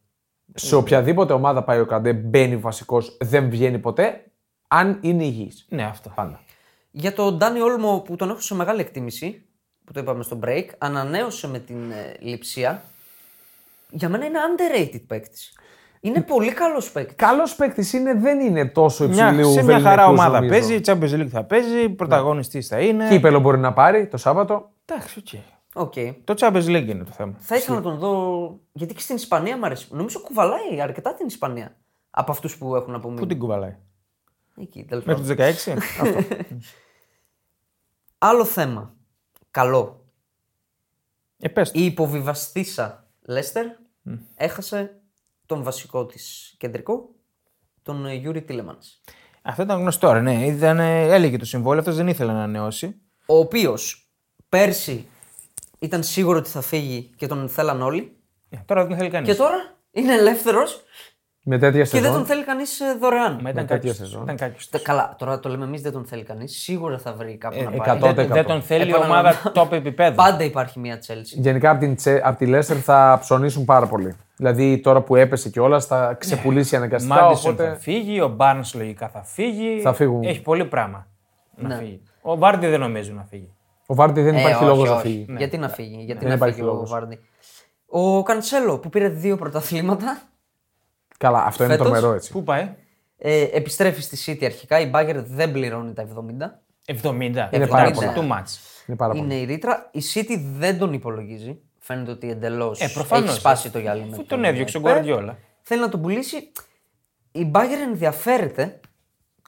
Speaker 1: Σε οποιαδήποτε ομάδα πάει ο Καντέ, μπαίνει βασικός, δεν βγαίνει ποτέ, αν είναι υγιής.
Speaker 2: ναι, αυτό. Πάντα.
Speaker 3: Για τον Ντάνι Όλμο που τον έχω σε μεγάλη εκτίμηση, που το είπαμε στο break, ανανέωσε με την ε, Λιψία. Για μένα είναι underrated παίκτης. Είναι πολύ καλός παίκτης.
Speaker 1: Καλός παίκτης είναι, δεν είναι τόσο
Speaker 2: Μια,
Speaker 1: υψηλού
Speaker 2: σε μια χαρά
Speaker 1: βεληνικούς,
Speaker 2: ομάδα
Speaker 1: νομίζω.
Speaker 2: παίζει, η Champions League θα παίζει, πρωταγωνιστής θα είναι.
Speaker 1: Κύπελο μπορεί να πάρει το Σάββατο.
Speaker 2: Εντάξει, οκ.
Speaker 3: Οκ.
Speaker 2: Το Champions League είναι το θέμα.
Speaker 3: Θα ήθελα να τον δω. Γιατί και στην Ισπανία μου αρέσει. Νομίζω κουβαλάει αρκετά την Ισπανία. Από αυτούς που έχουν
Speaker 2: Πού
Speaker 3: απομείνει.
Speaker 2: την κουβαλάει.
Speaker 3: Εκεί, τέλος πάντων.
Speaker 2: Μέχρι του 16. Αυτό.
Speaker 3: Άλλο θέμα. Καλό.
Speaker 2: Ε, πες το.
Speaker 3: Η υποβιβαστήσα Λέστερ έχασε τον βασικό της κεντρικό, τον ε, Γιούρι Τίλεμαν.
Speaker 2: Αυτό ήταν γνωστό, ρε, ναι. Ήταν, ε, έλεγε το συμβόλαιο, αυτός δεν ήθελε να ανανεώσει.
Speaker 3: ο οποίος πέρσι ήταν σίγουρο ότι θα φύγει και τον θέλαν όλοι.
Speaker 2: Ε, τώρα δεν θέλει κανείς.
Speaker 3: Και τώρα είναι ελεύθερος
Speaker 1: Με τέτοια
Speaker 3: και δεν
Speaker 1: σεζόν.
Speaker 3: τον θέλει κανείς δωρεάν.
Speaker 2: Μα ήταν
Speaker 1: με τέτοια
Speaker 2: κάποιο.
Speaker 1: σεζόν.
Speaker 2: Ήταν κάποιος.
Speaker 3: Τε- Καλά, τώρα το λέμε εμείς δεν τον θέλει κανείς. Σίγουρα θα βρει κάποιον να πάρει.
Speaker 1: 100%.
Speaker 2: Δεν, δεν τον θέλει η
Speaker 3: Επαναλαμβάνω.
Speaker 2: ομάδα top επίπεδου.
Speaker 3: Πάντα υπάρχει μια Τσέλση.
Speaker 1: Γενικά από, την, Τσε- από τη Λέστερ θα ψωνίσουν πάρα πολύ. Δηλαδή τώρα που έπεσε κιόλας θα ξεπουλήσει αναγκαστικά.
Speaker 2: Μάντισον
Speaker 1: Οπότε...
Speaker 2: θα φύγει, ο Barnes λογικά θα φύγει.
Speaker 1: Θα φύγουν.
Speaker 2: Έχει πολύ πράγμα
Speaker 3: Ναι.
Speaker 2: να φύγει. Ο Βάρντι δεν νομίζω να φύγει.
Speaker 1: Ο Βάρντι δεν υπάρχει
Speaker 3: Ε, όχι,
Speaker 1: λόγος να
Speaker 3: όχι. ναι.
Speaker 1: φύγει. Ναι.
Speaker 3: Γιατί να φύγει, γιατί
Speaker 1: Δεν
Speaker 3: να
Speaker 1: υπάρχει
Speaker 3: φύγει ο
Speaker 1: λόγος.
Speaker 3: Βάρντι. Ο Καντσέλο που πήρε δύο πρωταθλήματα
Speaker 1: Καλά, αυτό είναι
Speaker 3: Φέτος,
Speaker 1: τρομερό έτσι.
Speaker 2: Πού πάει,
Speaker 3: ε, επιστρέφει στη City αρχικά. Η Μπάγκερ δεν πληρώνει τα 70.
Speaker 2: 70.
Speaker 1: Είναι πάρα
Speaker 2: 70,
Speaker 1: πολλά.
Speaker 2: Too much.
Speaker 1: Είναι πάρα πολύ.
Speaker 3: Είναι η ρήτρα. Η City δεν τον υπολογίζει. Φαίνεται ότι εντελώς
Speaker 2: Ε, προφανώς.
Speaker 3: έχει σπάσει το γυαλί με
Speaker 2: Αφού τον έδιωξε ο Γκουαρδιόλα.
Speaker 3: Θέλει να τον πουλήσει. Η Bayern ενδιαφέρεται,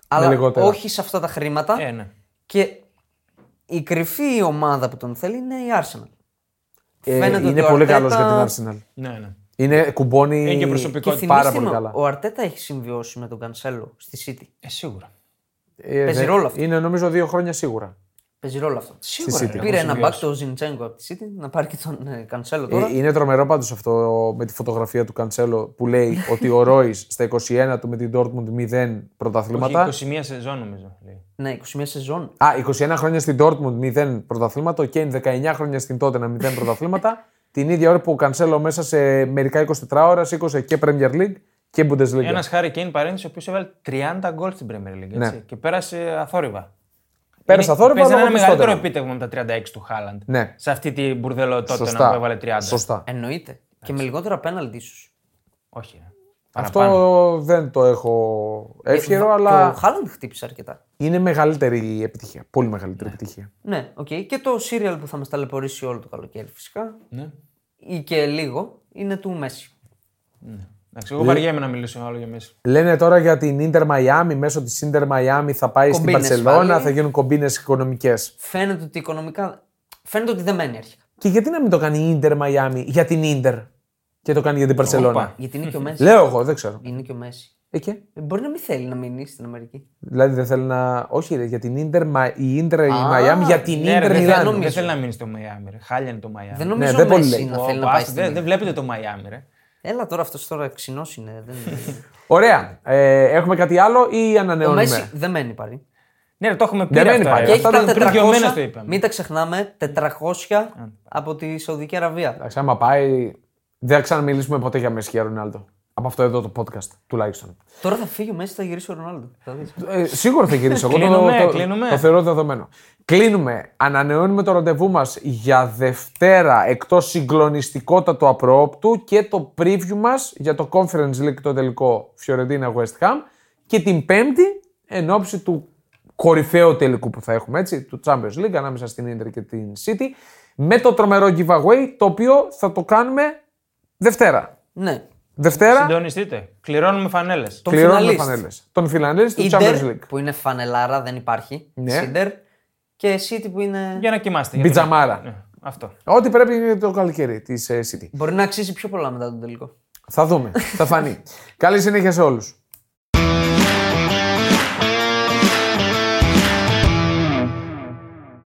Speaker 3: αλλά
Speaker 1: λιγότερα.
Speaker 3: όχι σε αυτά τα χρήματα.
Speaker 2: Ε, ναι.
Speaker 3: Και η κρυφή ομάδα που τον θέλει είναι η Arsenal.
Speaker 1: Ε,
Speaker 3: φαίνεται ότι
Speaker 1: είναι
Speaker 3: ο
Speaker 1: πολύ
Speaker 3: Arteta-
Speaker 1: καλός για την Arsenal.
Speaker 2: ναι, ναι.
Speaker 1: Είναι κουμπώνει
Speaker 2: Είναι Ε, και
Speaker 3: Και
Speaker 2: προσωπικό
Speaker 1: πάρα
Speaker 2: του.
Speaker 3: θυμίστε
Speaker 1: πολύ
Speaker 3: με,
Speaker 1: καλά.
Speaker 3: ο Αρτέτα έχει συμβιώσει με τον Κανσέλο στη City.
Speaker 2: Ε, σίγουρα.
Speaker 1: Ε,
Speaker 3: Παίζει
Speaker 1: δε-
Speaker 3: ρόλο αυτό.
Speaker 1: Είναι νομίζω δύο χρόνια σίγουρα.
Speaker 3: Παίζει ρόλο αυτό.
Speaker 1: City.
Speaker 2: ρε,
Speaker 3: Πήρε
Speaker 2: έχω
Speaker 3: ένα μπακ
Speaker 2: συμβιώσει.
Speaker 3: το Ζιντσέγκο από τη City να πάρει και τον ε, Κανσέλο τώρα.
Speaker 1: Ε, είναι τρομερό πάντως αυτό με τη φωτογραφία του Καντσέλο που λέει ότι ο Ρόις στα 21 του με την Dortmund 0 πρωταθλήματα.
Speaker 2: Όχι, 21 σεζόν νομίζω. λέει.
Speaker 3: Ναι, 21 σεζόν.
Speaker 1: Α, 21 χρόνια στην Dortmund 0 πρωταθλήματα, ο Κέιν 19 χρόνια στην τότε 0 πρωταθλήματα. την ίδια ώρα που ο Κανσέλο μέσα σε μερικά 24 ώρα σήκωσε και Premier League και Bundesliga.
Speaker 2: Ένας Χάρη Κέιν παρένθεση ο οποίος έβαλε 30 γκολ στην Premier League. Έτσι,
Speaker 1: Ναι.
Speaker 2: και πέρασε αθόρυβα.
Speaker 1: Πέρασε
Speaker 2: Είναι-
Speaker 1: αθόρυβα
Speaker 2: παίζει
Speaker 1: λόγω
Speaker 2: ένα
Speaker 1: της
Speaker 2: μεγαλύτερο
Speaker 1: Tottenham.
Speaker 2: επίτευγμα με τα 36 του Χάλαντ.
Speaker 1: Ναι.
Speaker 2: Σε αυτή την μπουρδελοτότητα που
Speaker 1: Σωστά.
Speaker 2: έβαλε 30.
Speaker 1: Σωστά.
Speaker 3: Εννοείται. Και με λιγότερα πέναλτι ίσως.
Speaker 2: Όχι. ρε.
Speaker 1: Αυτό
Speaker 2: Παραπάνω. Ε,
Speaker 1: δεν το έχω εύχερο,
Speaker 3: Το
Speaker 1: αλλά
Speaker 3: Χάλαντ χτύπησε αρκετά.
Speaker 1: είναι μεγαλύτερη η επιτυχία. Πολύ μεγαλύτερη επιτυχία.
Speaker 3: Ναι, οκ. Και το σύριαλ που θα μας ταλαιπωρήσει όλο το καλοκαίρι φυσικά.
Speaker 2: Ναι.
Speaker 3: Ή και λίγο είναι του Μέση.
Speaker 2: Εντάξει, εγώ βαριέμαι να μιλήσω άλλο για μέσα.
Speaker 1: Λένε τώρα για την Inter Miami, μέσω της Inter Miami θα πάει
Speaker 3: Κομπίνες
Speaker 1: στην Παρσελώνα,
Speaker 3: πάλι.
Speaker 1: θα γίνουν κομπίνες οικονομικές.
Speaker 3: Φαίνεται ότι οικονομικά. Φαίνεται ότι δεν μένει αρχικά.
Speaker 1: Και γιατί να μην το κάνει η Inter Miami για την Inter και το κάνει για την Παρσελώνα.
Speaker 2: Όπα.
Speaker 3: Γιατί είναι και ο Μέση.
Speaker 1: Λέω εγώ, δεν ξέρω.
Speaker 3: Είναι και ο Μέση.
Speaker 1: Ε, και.
Speaker 3: Ε, Μπορεί να μην θέλει να μείνει στην Αμερική.
Speaker 1: Δηλαδή δεν θέλει να. Όχι, ρε, για την Ιντερ, μα... η Ιντερ η
Speaker 3: Α,
Speaker 1: Μαϊάμι, για την
Speaker 2: Ναι, ρε,
Speaker 1: Ιντερ
Speaker 2: δεν,
Speaker 1: Μιλάνο.
Speaker 2: θέλει- δεν θέλει να μείνει στο Μαϊάμι. Ρε. Χάλια είναι το Μαϊάμι.
Speaker 3: Δεν νομίζω
Speaker 1: ναι, δεν
Speaker 3: ο
Speaker 1: πολύ
Speaker 3: Μέση
Speaker 1: λέει.
Speaker 3: να
Speaker 2: Ω,
Speaker 3: θέλει να
Speaker 2: πάστε,
Speaker 3: πάει στην
Speaker 2: δεν,
Speaker 3: Αμερική.
Speaker 2: δεν βλέπετε το Μαϊάμι, ρε.
Speaker 3: Έλα τώρα αυτός τώρα ξινός είναι. Δεν...
Speaker 1: Ωραία. Ε, έχουμε κάτι άλλο ή
Speaker 3: ο
Speaker 1: ανανεώνουμε.
Speaker 3: Μέση δεν μένει πάρει.
Speaker 2: Ναι, ρε, το έχουμε πει.
Speaker 1: Δεν
Speaker 2: ρε,
Speaker 1: μένει
Speaker 2: αυτά,
Speaker 1: πάλι.
Speaker 2: ρε.
Speaker 3: Και έχει
Speaker 2: Αυτά
Speaker 3: τα
Speaker 2: τα πριν δύο μέρες το
Speaker 3: 400.
Speaker 2: είπαμε. Ε, ναι.
Speaker 3: Μην τα ξεχνάμε, 400 από τη Σαουδική Αραβία.
Speaker 1: Εντάξει, άμα πάει, δεν θα ξαναμιλήσουμε ποτέ για Μέση και για Ρονάλντο. Από αυτό εδώ το podcast, τουλάχιστον.
Speaker 3: Τώρα θα φύγει ο Μέση, θα γυρίσει ο Ρονάλντο. Θα δεις.
Speaker 1: Ε, σίγουρα θα γυρίσω. Εγώ το,
Speaker 2: Κλείνουμε,
Speaker 1: το,
Speaker 2: κλείνουμε.
Speaker 1: το θεωρώ δεδομένο. Κλείνουμε. Ανανεώνουμε το ραντεβού μας για Δευτέρα εκτός συγκλονιστικότατου απρόπτου και το preview μας για το Conference League το τελικό Φιωρεντίνα West Ham και την Πέμπτη εν ώψη του κορυφαίου τελικού που θα έχουμε έτσι, του Champions League ανάμεσα στην Inter και την City με το τρομερό giveaway το οποίο θα το κάνουμε Δευτέρα.
Speaker 3: Ναι.
Speaker 1: Δευτέρα
Speaker 2: Συντονιστείτε. Κληρώνουμε φανέλες.
Speaker 3: Το-
Speaker 1: κληρώνουμε
Speaker 3: φιναλίστ.
Speaker 1: φανέλες. Τον φιναλίστ του Champions
Speaker 3: Ιντερ
Speaker 1: League.
Speaker 3: που είναι φανελάρα, δεν υπάρχει.
Speaker 1: Ναι.
Speaker 3: Σίντερ. Και City που είναι.
Speaker 2: Για να κοιμάστε. για
Speaker 1: Πιτζαμάρα.
Speaker 2: το- Ναι, Αυτό.
Speaker 1: Ό,τι πρέπει για το καλοκαίρι της City.
Speaker 3: Μπορεί να αξίζει πιο πολλά μετά τον τελικό.
Speaker 1: Θα δούμε. θα φανεί. Καλή συνέχεια σε όλους.